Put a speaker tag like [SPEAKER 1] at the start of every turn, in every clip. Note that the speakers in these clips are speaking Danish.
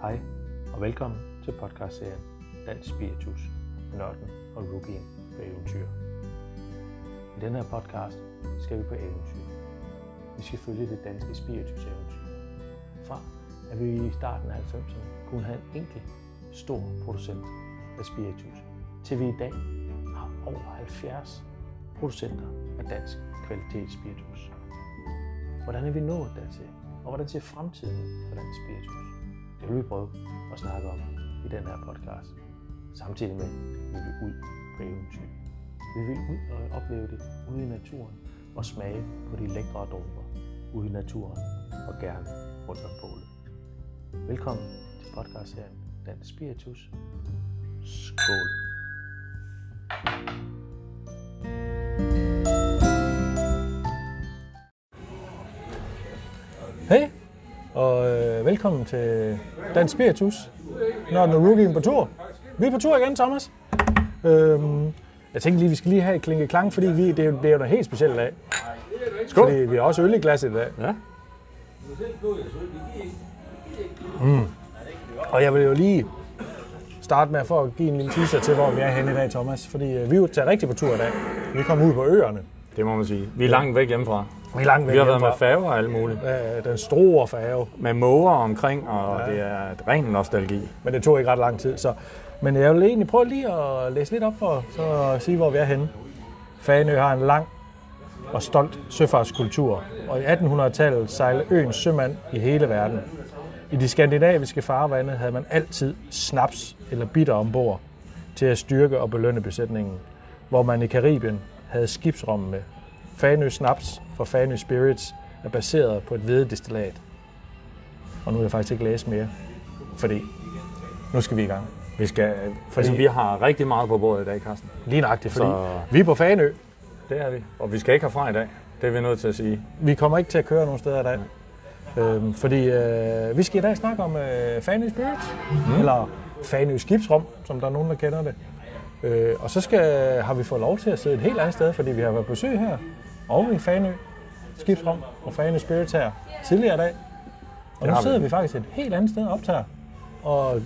[SPEAKER 1] Hej og velkommen til podcastserien Dansk Spiritus, Nørden og Rookien på eventyr. I den her podcast skal vi på eventyr. Vi skal følge det danske spiritus eventyr. Fra at vi i starten af 90'erne kunne have en enkelt stor producent af spiritus, til vi i dag har over 70 producenter af dansk kvalitetsspiritus. Hvordan er vi nået dertil? Og hvordan ser fremtiden for dansk spiritus? Det vil vi prøve at snakke om i den her podcast. Samtidig med, at vi vil ud på eventyr. Vi vil ud og opleve det ude i naturen og smage på de lækre dråber ude i naturen og gerne rundt om bålet. Velkommen til podcastserien Dansk Spiritus. Skål! Hej, og øh, velkommen til Dansk Spiritus, når den er rookien på tur. Vi er på tur igen, Thomas. Øhm, jeg tænkte lige, vi skal lige have et klinke klang, fordi vi, det er jo- det er jo noget helt specielt i dag. Skål. Fordi vi har også øl i glasset i dag.
[SPEAKER 2] Ja.
[SPEAKER 1] Mm. Og jeg vil jo lige starte med for at give en lille teaser til, hvor vi er henne i dag, Thomas. Fordi øh, vi er jo taget rigtig på tur i dag. Vi kommer ud på øerne.
[SPEAKER 2] Det må man sige. Vi er langt væk hjemmefra.
[SPEAKER 1] Vi er langt væk
[SPEAKER 2] Vi har været med
[SPEAKER 1] hjemmefra.
[SPEAKER 2] færger og alt muligt.
[SPEAKER 1] Øh, den store færge.
[SPEAKER 2] Med måger omkring, og det er et ren nostalgi.
[SPEAKER 1] Men det tog ikke ret lang tid. Så. Men jeg vil egentlig prøve lige at læse lidt op for så at sige, hvor vi er henne. Fanø har en lang og stolt søfartskultur, og i 1800-tallet sejlede øens sømand i hele verden. I de skandinaviske farvande havde man altid snaps eller bitter ombord til at styrke og belønne besætningen, hvor man i Karibien havde skibsrommen med. Fanø Snaps fra Fanø Spirits er baseret på et hvededestillat. Og nu vil jeg faktisk ikke læse mere, fordi nu skal vi i gang.
[SPEAKER 2] Vi, skal,
[SPEAKER 1] Fordi-
[SPEAKER 2] fordi... altså, vi har rigtig meget på bordet i dag, Carsten.
[SPEAKER 1] Lige nøjagtigt, fordi så...
[SPEAKER 2] Så- øh,
[SPEAKER 1] vi er på Fanø.
[SPEAKER 2] Det er vi. Og vi skal ikke herfra i dag. Det er vi nødt til at sige.
[SPEAKER 1] Vi kommer ikke til at køre nogen steder i dag. Øhm, fordi øh, vi skal i dag snakke om øh, Fanø Spirits, mm. eller Fanø Skibsrum, som der er nogen, der kender det. Øh, og så skal, har vi fået lov til at sidde et helt andet sted, fordi vi har været på besøg her, og i Fanø Skibsrum og Fanø Spirits her tidligere i dag. Og nu
[SPEAKER 2] har vi.
[SPEAKER 1] sidder vi faktisk et helt andet sted og optager. Og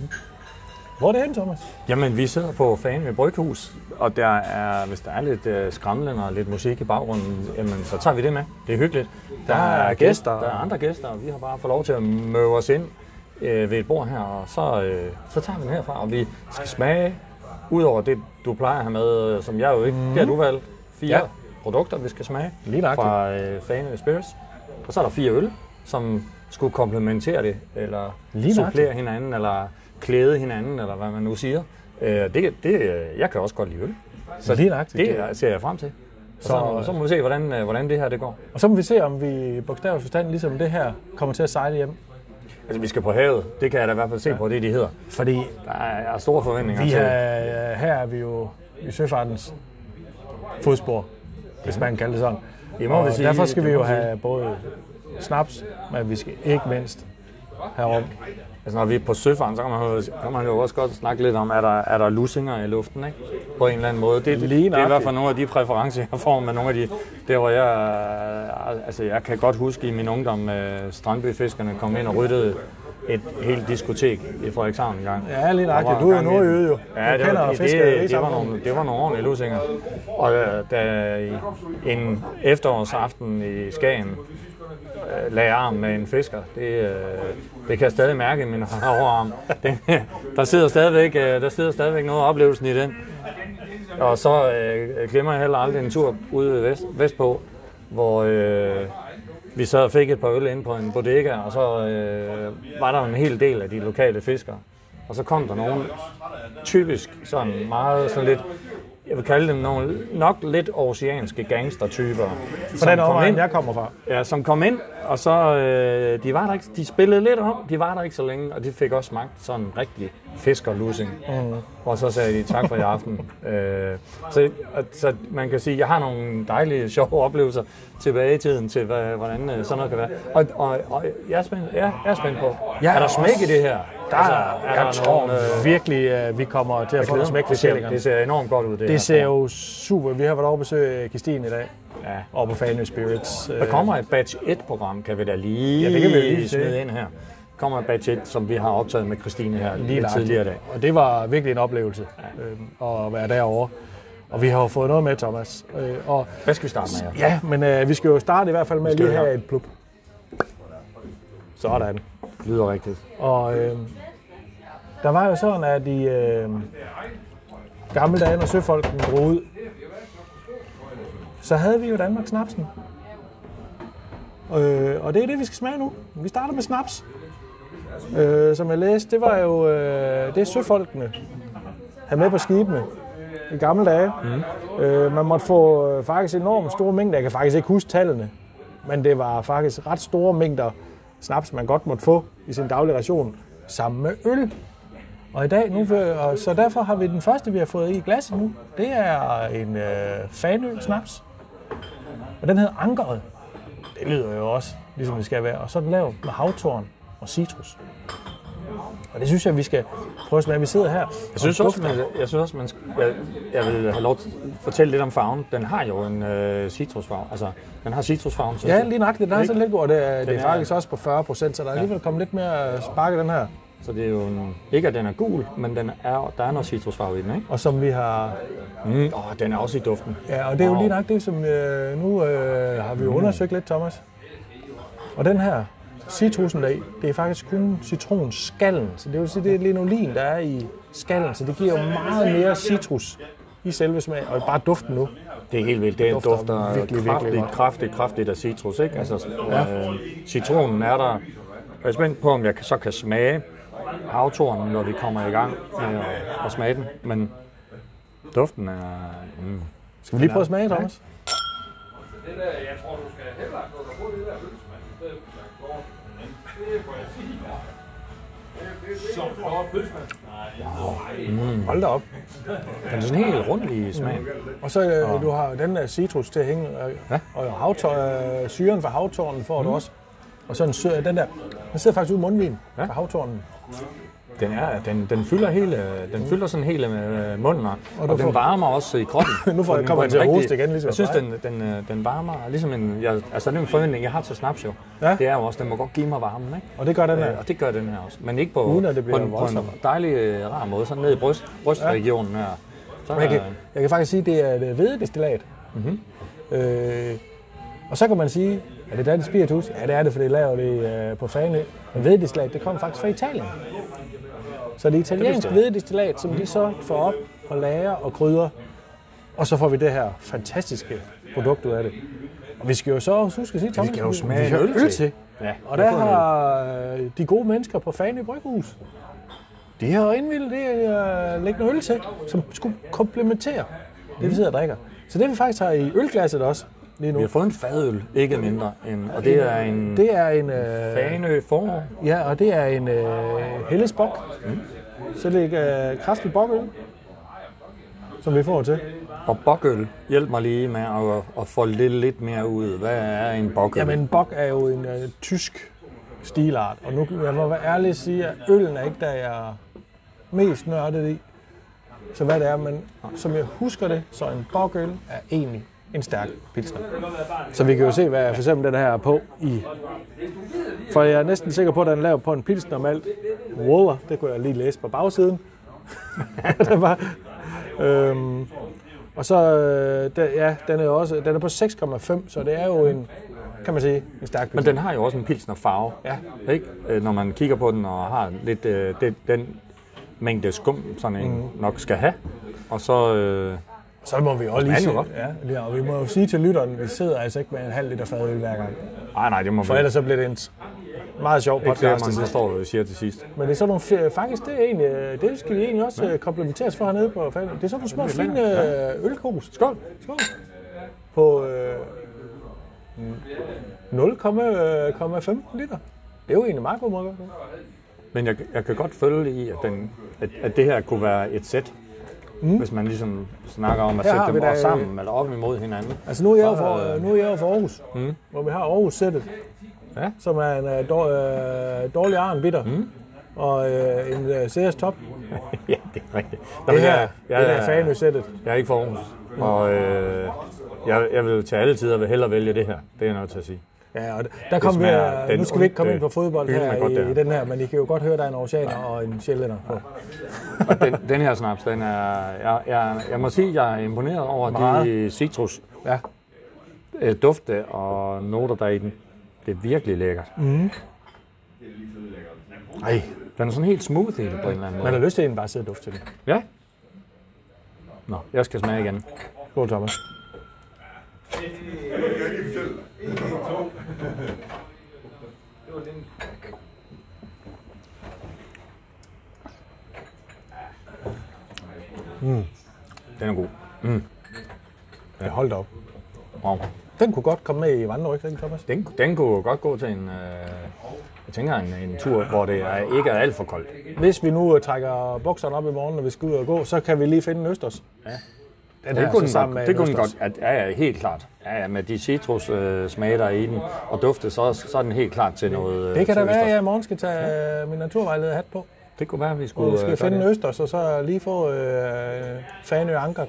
[SPEAKER 1] hvor er det hen, Thomas?
[SPEAKER 2] Jamen, vi sidder på Fanø Bryghus, og der er, hvis der er lidt øh, skramlen og lidt musik i baggrunden, jamen, så tager vi det med. Det er hyggeligt. Der,
[SPEAKER 1] er gæster.
[SPEAKER 2] Der er andre gæster, og vi har bare fået lov til at møde os ind øh, ved et bord her, og så, øh, så tager vi den herfra, og vi skal smage, udover det, du plejer at have med, øh, som jeg jo ikke, mm. det har du valgt, fire
[SPEAKER 1] Ja.
[SPEAKER 2] ja. produkter, vi skal smage
[SPEAKER 1] Lige nøjagtigt.
[SPEAKER 2] fra øh, Fanø Spirits. Og så er der fire øl, som skulle komplementere det, eller
[SPEAKER 1] Lige
[SPEAKER 2] supplere
[SPEAKER 1] nøjagtigt.
[SPEAKER 2] hinanden, eller klæde hinanden, eller hvad man nu siger. Øh, det, det, øh, jeg kan også godt lide øl.
[SPEAKER 1] Så lige nøjagtigt.
[SPEAKER 2] Det øh, ser jeg frem til. Og Så,
[SPEAKER 1] Så,
[SPEAKER 2] så,
[SPEAKER 1] øh,
[SPEAKER 2] så må vi se, hvordan, øh, hvordan det her det går.
[SPEAKER 1] Og så må vi se, om vi bogstaveligt forstand, ligesom det her, kommer til at sejle hjem.
[SPEAKER 2] Altså, vi skal på havet. Det kan jeg da i hvert fald se ja. på det, de hedder.
[SPEAKER 1] Fordi
[SPEAKER 2] Der er er store forventninger
[SPEAKER 1] vi
[SPEAKER 2] til.
[SPEAKER 1] er, her er vi jo i søfartens fodspor, hvis man kan kalde det sådan.
[SPEAKER 2] Det må
[SPEAKER 1] Og
[SPEAKER 2] vi sige,
[SPEAKER 1] derfor skal
[SPEAKER 2] det
[SPEAKER 1] vi
[SPEAKER 2] må
[SPEAKER 1] jo
[SPEAKER 2] vi sige.
[SPEAKER 1] have både snaps, men vi skal ikke mindst have rum.
[SPEAKER 2] Altså, når vi er på søfaren, så kan man, jo- kan man jo også godt snakke lidt om, er der, er der lussinger i luften, ikke? På en eller anden måde. Det, det,
[SPEAKER 1] Lige
[SPEAKER 2] det er i hvert
[SPEAKER 1] nøjagtigt.
[SPEAKER 2] fald nogle af de præferencer, jeg får med nogle af de... Der, hvor jeg... øh, Altså, jeg kan godt huske i min ungdom, øh, Strandbyfiskerne kom ind og ryddede et helt diskotek i Frederikshavn engang.
[SPEAKER 1] Ja, lige
[SPEAKER 2] Der var
[SPEAKER 1] nøjagtigt. Du er jo
[SPEAKER 2] engang en-
[SPEAKER 1] nordjyde, jo.
[SPEAKER 2] Ja,
[SPEAKER 1] Du
[SPEAKER 2] det,
[SPEAKER 1] kender
[SPEAKER 2] var, det,
[SPEAKER 1] fiskere i
[SPEAKER 2] det, det, var
[SPEAKER 1] samfundet.
[SPEAKER 2] nogle, det var nogle ordentlige lussinger. Og øh, da i en efterårsaften i Skagen, øh, lagde arm med en fisker. Det, øh, det kan jeg stadig mærke i min overarm. Den, der, sidder stadigvæk, øh, der sidder stadigvæk noget af oplevelsen i den. Og så øh, glemmer jeg heller aldrig en tur ude vest, vestpå, hvor øh, vi sad og fik et par øl inde på en bodega, og så øh, var der jo en hel del af de lokale fiskere. Og så kom der nogen, typisk sådan meget sådan lidt, jeg vil kalde dem nogle nok lidt oceanske gangstertyper.
[SPEAKER 1] På den omvejning, jeg kommer fra.
[SPEAKER 2] Ja, som kom ind, og så øh, de var der ikke, de spillede lidt om, de var der ikke så længe, og de fik også smagt sådan en rigtig fiskerlussing. Mm. Og så sagde de tak for i aften. øh, så, og- så man kan sige, jeg har nogle dejlige, sjove oplevelser tilbage i tiden til, hvad, hvordan øh, sådan noget kan være. Og, og, og jeg, er spændt, jeg, jeg er spændt på,
[SPEAKER 1] Jeg
[SPEAKER 2] er der
[SPEAKER 1] er
[SPEAKER 2] smæk i
[SPEAKER 1] også-
[SPEAKER 2] det her? Altså,
[SPEAKER 1] Der,
[SPEAKER 2] er
[SPEAKER 1] jeg
[SPEAKER 2] der
[SPEAKER 1] tror
[SPEAKER 2] nogle, øh,
[SPEAKER 1] virkelig, at vi kommer til at få noget smæk for
[SPEAKER 2] det, ser,
[SPEAKER 1] sjællingerne.
[SPEAKER 2] det ser enormt godt ud, det, her.
[SPEAKER 1] Det ser jo super. Vi har været over at besøge Christine i dag,
[SPEAKER 2] Ja.
[SPEAKER 1] og på Fanø Spirits. øh,
[SPEAKER 2] Der kommer et batch 1-program, kan vi da lige,
[SPEAKER 1] Ja, det kan vi jo lige se.
[SPEAKER 2] smide ind her. kommer et batchet, som vi har optaget med Christine her
[SPEAKER 1] Lige
[SPEAKER 2] lige
[SPEAKER 1] nøjagtigt.
[SPEAKER 2] tidligere i dag.
[SPEAKER 1] Og det var virkelig en oplevelse øh, at være derovre. Og vi har jo fået noget med, Thomas. Øh, og
[SPEAKER 2] Hvad skal vi starte med her?
[SPEAKER 1] ja, men øh, vi skal jo starte i hvert fald med
[SPEAKER 2] skal
[SPEAKER 1] lige
[SPEAKER 2] jo
[SPEAKER 1] her
[SPEAKER 2] her.
[SPEAKER 1] et pluk. Sådan.
[SPEAKER 2] Lyder rigtigt.
[SPEAKER 1] Og øh, der var jo sådan, at i øh, gamle dage, når søfolken drog ud, så havde vi jo Danmark snapsen. Øh, og det er det, vi skal smage nu. Vi starter med snaps. Øh, som jeg læste, det var jo øh, det søfolkene havde med på skibene i gamle dage. Mm. Øh, man måtte få øh, faktisk enormt store mængder. Jeg kan faktisk ikke huske tallene, men det var faktisk ret store mængder snaps, man godt måtte få i sin daglige ration sammen med øl. Og i dag nu, og så derfor har vi den første, vi har fået i glasset nu. Det er en øh, fanø snaps. Og den hedder Ankeret. Det lyder jo også, ligesom det skal være. Og så er den lavet med havtorn og citrus. Og det synes jeg, vi skal prøve at smage. Vi sidder her.
[SPEAKER 2] Jeg synes også, man, jeg, synes også, man skal, jeg, jeg vil have lov til at fortælle lidt om farven. Den har jo en øh, citrusfarve. Altså, den har citrusfarven, synes
[SPEAKER 1] Ja,
[SPEAKER 2] jeg.
[SPEAKER 1] lige nøjagtigt. Den er
[SPEAKER 2] Ikke?
[SPEAKER 1] sådan lidt god, og det er, det er
[SPEAKER 2] er-
[SPEAKER 1] faktisk også på 40 procent, så der er alligevel kommet lidt mere spark i den her.
[SPEAKER 2] Så det er jo en, ikke, at den er gul, men den er, der er noget citrusfarve i den, ikke?
[SPEAKER 1] Og som vi har...
[SPEAKER 2] Mm, åh, den er også i duften.
[SPEAKER 1] Ja, og det er jo
[SPEAKER 2] Wow.
[SPEAKER 1] lige nok det, som øh, nu øh, har vi jo undersøgt lidt, Thomas. Og den her citrusen der i, det er faktisk kun citronskallen, så det vil sige, det er linolin, der er i skallen, så det giver jo meget mere citrus i selve smagen, og bare duften nu.
[SPEAKER 2] Det er helt vildt. Den
[SPEAKER 1] Dufter
[SPEAKER 2] dufter, dufter
[SPEAKER 1] virkelig,
[SPEAKER 2] virkelig,
[SPEAKER 1] virkelig
[SPEAKER 2] kraftigt,
[SPEAKER 1] godt.
[SPEAKER 2] virkelig kraftigt, kraftigt af citrus, ikke? Altså, øh, citronen er der. Jeg er spændt på, om jeg kan- så kan smage havtornen, når vi kommer i gang med at, at smage den. Men duften er... Mm.
[SPEAKER 1] Skal vi lige prøve at smage, Thomas? Hold da op.
[SPEAKER 2] Den er sådan helt rund i smagen.
[SPEAKER 1] Og så øh, du har den der citrus til at hænge, øh,
[SPEAKER 2] Ja. Mm.
[SPEAKER 1] og havtår, øh, syren fra havtårnen får du også. Og så en sø, den der, den sidder faktisk ude i mundvin ja.
[SPEAKER 2] Ja.
[SPEAKER 1] fra havtårnen.
[SPEAKER 2] Den, er, den, den, fylder hele, den fylder sådan hele øh, munden, og, og,
[SPEAKER 1] du
[SPEAKER 2] den
[SPEAKER 1] får-
[SPEAKER 2] varmer også i kroppen.
[SPEAKER 1] Nu får-
[SPEAKER 2] På den-
[SPEAKER 1] kommer
[SPEAKER 2] på
[SPEAKER 1] jeg
[SPEAKER 2] den
[SPEAKER 1] til at
[SPEAKER 2] rigtige-
[SPEAKER 1] hoste igen, ligesom
[SPEAKER 2] Jeg synes,
[SPEAKER 1] dig.
[SPEAKER 2] den, den, øh, den varmer, ligesom en, jeg, altså det er en forventning, jeg har til snaps jo.
[SPEAKER 1] Ja.
[SPEAKER 2] Det er jo også, den må godt give mig varmen, ikke?
[SPEAKER 1] Og det gør den
[SPEAKER 2] Øh,
[SPEAKER 1] her.
[SPEAKER 2] og det gør den her også, men ikke på,
[SPEAKER 1] Uden at det
[SPEAKER 2] på,
[SPEAKER 1] bliver
[SPEAKER 2] en, på en
[SPEAKER 1] voldsomt.
[SPEAKER 2] dejlig, øh, rar måde, sådan ned i bryst, brystregionen her. Så er
[SPEAKER 1] Jeg
[SPEAKER 2] der,
[SPEAKER 1] kan, jeg kan faktisk sige, at det er et øh, hvededestillat.
[SPEAKER 2] Mhm.
[SPEAKER 1] Mm-hmm. Øh, og så kan man sige, er det dansk spiritus? Ja, det er det, for det er lavet i, øh, på Fanø. Men hvededestillat, det kom faktisk fra Italien. Så det er italiensk hvededestillat, som de så får op og lager og krydder. Og så får vi det her fantastiske produkt ud af det. Og vi skal jo så også huske at sige, Thomas,
[SPEAKER 2] vi kan jo smage
[SPEAKER 1] vi
[SPEAKER 2] en
[SPEAKER 1] har
[SPEAKER 2] øl til. Ja,
[SPEAKER 1] Og
[SPEAKER 2] vi
[SPEAKER 1] der
[SPEAKER 2] får en øl.
[SPEAKER 1] har øh, de gode mennesker på Fanø Bryghus, de har indvildet det at øh, lægge noget øl til, som skulle komplementere
[SPEAKER 2] Mm.
[SPEAKER 1] det, vi sidder og drikker. Så det, vi faktisk har i ølglasset også lige nu,
[SPEAKER 2] Vi har fået en fadøl, ikke mindre, end, og det er en
[SPEAKER 1] det er en, øh,
[SPEAKER 2] Faneø forår.
[SPEAKER 1] ja, og det er en øh, Helles Bok.
[SPEAKER 2] Mm.
[SPEAKER 1] Så det er øh, kraftig bokøl, som vi får til.
[SPEAKER 2] Og bokøl, hjælp mig lige med at, at folde det lidt mere ud. Hvad er en bokøl?
[SPEAKER 1] Jamen, en bok er jo en øh, tysk stilart, og nu jeg må være ærlig og sige, at øllen er ikke, der jeg er mest nørdet i. Så hvad det er, men som jeg husker det, så en bokøl er egentlig en stærk pilsner. Så vi kan jo se, hvad for eksempel den her er på i. For jeg er næsten sikker på, at den er lavet på en pilsner malt. Wow, det kunne jeg lige læse på bagsiden. det var, øhm, og så, øh, den, ja, den er, jo også, den er på 6,5, så det er jo en, kan man sige, en stærk
[SPEAKER 2] Men
[SPEAKER 1] pilsner.
[SPEAKER 2] den har jo også en pilsnerfarve,
[SPEAKER 1] Ja.
[SPEAKER 2] ikke? Øh, Når man kigger på den og har lidt øh, det, den mængde skum, sådan en mm. nok skal have. Og så, øh,
[SPEAKER 1] Så må vi jo lige
[SPEAKER 2] smager
[SPEAKER 1] sige,
[SPEAKER 2] jo godt.
[SPEAKER 1] ja, lige- og vi må jo sige til lytteren, vi sidder altså ikke med en halv liter fadøl hver gang.
[SPEAKER 2] ej nej, det må
[SPEAKER 1] For ellers så bliver det en meget sjov
[SPEAKER 2] ikke det,
[SPEAKER 1] podcast.
[SPEAKER 2] man
[SPEAKER 1] til sidst.
[SPEAKER 2] forstår, hvad vi siger til sidst.
[SPEAKER 1] Men det er sådan nogle, fe- faktisk det, er egentlig, øh, det skal vi egentlig også øh, komplimenteres for hernede på Fanø. Det er sådan nogle små,
[SPEAKER 2] Det er
[SPEAKER 1] fine
[SPEAKER 2] lækkert,
[SPEAKER 1] øh, ølkos.
[SPEAKER 2] Skål!
[SPEAKER 1] Skål. På øh, mm, 0,15 øh, liter. Det er jo egentlig meget god måde. at gøre det.
[SPEAKER 2] Men jeg, jeg kan godt følge i, at, den, at, at det her kunne være et sæt. Mm. Hvis man ligesom snakker om at
[SPEAKER 1] Her har
[SPEAKER 2] sætte
[SPEAKER 1] vi
[SPEAKER 2] dem
[SPEAKER 1] da- øh,
[SPEAKER 2] da... sammen eller op imod hinanden.
[SPEAKER 1] Altså nu er jeg jo
[SPEAKER 2] Så,
[SPEAKER 1] fra,
[SPEAKER 2] øh,
[SPEAKER 1] nu er jeg jo fra Aarhus, mm. hvor vi har Aarhus-sættet,
[SPEAKER 2] Ja.
[SPEAKER 1] som er en øh, dår, øh, dårlig arn bitter. Mm. Og øh, en øh, CS Top.
[SPEAKER 2] ja, det er rigtigt.
[SPEAKER 1] Det her, det her er fanøsættet.
[SPEAKER 2] Jeg er ikke for Aarhus, og øh, jeg, jeg vil til alle tider vil hellere vælge det her. Det er jeg nødt til at sige.
[SPEAKER 1] Ja, og der kom vi,
[SPEAKER 2] smager
[SPEAKER 1] øh,
[SPEAKER 2] den
[SPEAKER 1] nu skal vi ikke komme
[SPEAKER 2] onde
[SPEAKER 1] ind på fodbold
[SPEAKER 2] hylde
[SPEAKER 1] her
[SPEAKER 2] med godt
[SPEAKER 1] i,
[SPEAKER 2] der.
[SPEAKER 1] i den her, men I kan jo godt høre, der er en oceaner og en sjællænder på.
[SPEAKER 2] Og den, den her snaps, den er, jeg, jeg, jeg må sige, jeg er imponeret over Meget. de
[SPEAKER 1] Meget.
[SPEAKER 2] citrus
[SPEAKER 1] Ja.
[SPEAKER 2] øh, dufte og noter, der er i den. Det er virkelig lækkert.
[SPEAKER 1] Ej,
[SPEAKER 2] Den er sådan helt smooth i det på en eller anden
[SPEAKER 1] man
[SPEAKER 2] måde.
[SPEAKER 1] har lyst til at bare sidde og dufte til det.
[SPEAKER 2] Ja. Nå, jeg skal smage igen.
[SPEAKER 1] Skål, Thomas.
[SPEAKER 2] Den er god.
[SPEAKER 1] Ja, hold da op.
[SPEAKER 2] Wow.
[SPEAKER 1] Den kunne godt komme med i vandrerygsækken, Thomas.
[SPEAKER 2] Den, den kunne godt gå til en, øh, jeg tænker en, en tur, hvor det er, ikke er alt for koldt.
[SPEAKER 1] Hvis vi nu øh, trækker bukserne op i morgen, når vi skal ud og gå, så kan vi lige finde en østers. Ja. Den
[SPEAKER 2] Det
[SPEAKER 1] her, så
[SPEAKER 2] kunne den
[SPEAKER 1] sammen med
[SPEAKER 2] godt, det
[SPEAKER 1] en
[SPEAKER 2] kunne den godt.
[SPEAKER 1] østers.
[SPEAKER 2] Ja, ja, helt klart. Ja, ja, med de citrus øh, smager, der er i den, og dufte, så, så er den helt klart til noget øh,
[SPEAKER 1] Det kan da
[SPEAKER 2] til
[SPEAKER 1] være, at
[SPEAKER 2] østers.
[SPEAKER 1] jeg i morgen skal tage øh, min naturvejleder hat på.
[SPEAKER 2] Det kunne være, at vi skulle
[SPEAKER 1] Og
[SPEAKER 2] øh,
[SPEAKER 1] skal
[SPEAKER 2] gøre
[SPEAKER 1] finde en
[SPEAKER 2] det.
[SPEAKER 1] østers, og så lige få øh, Fanø Ankert.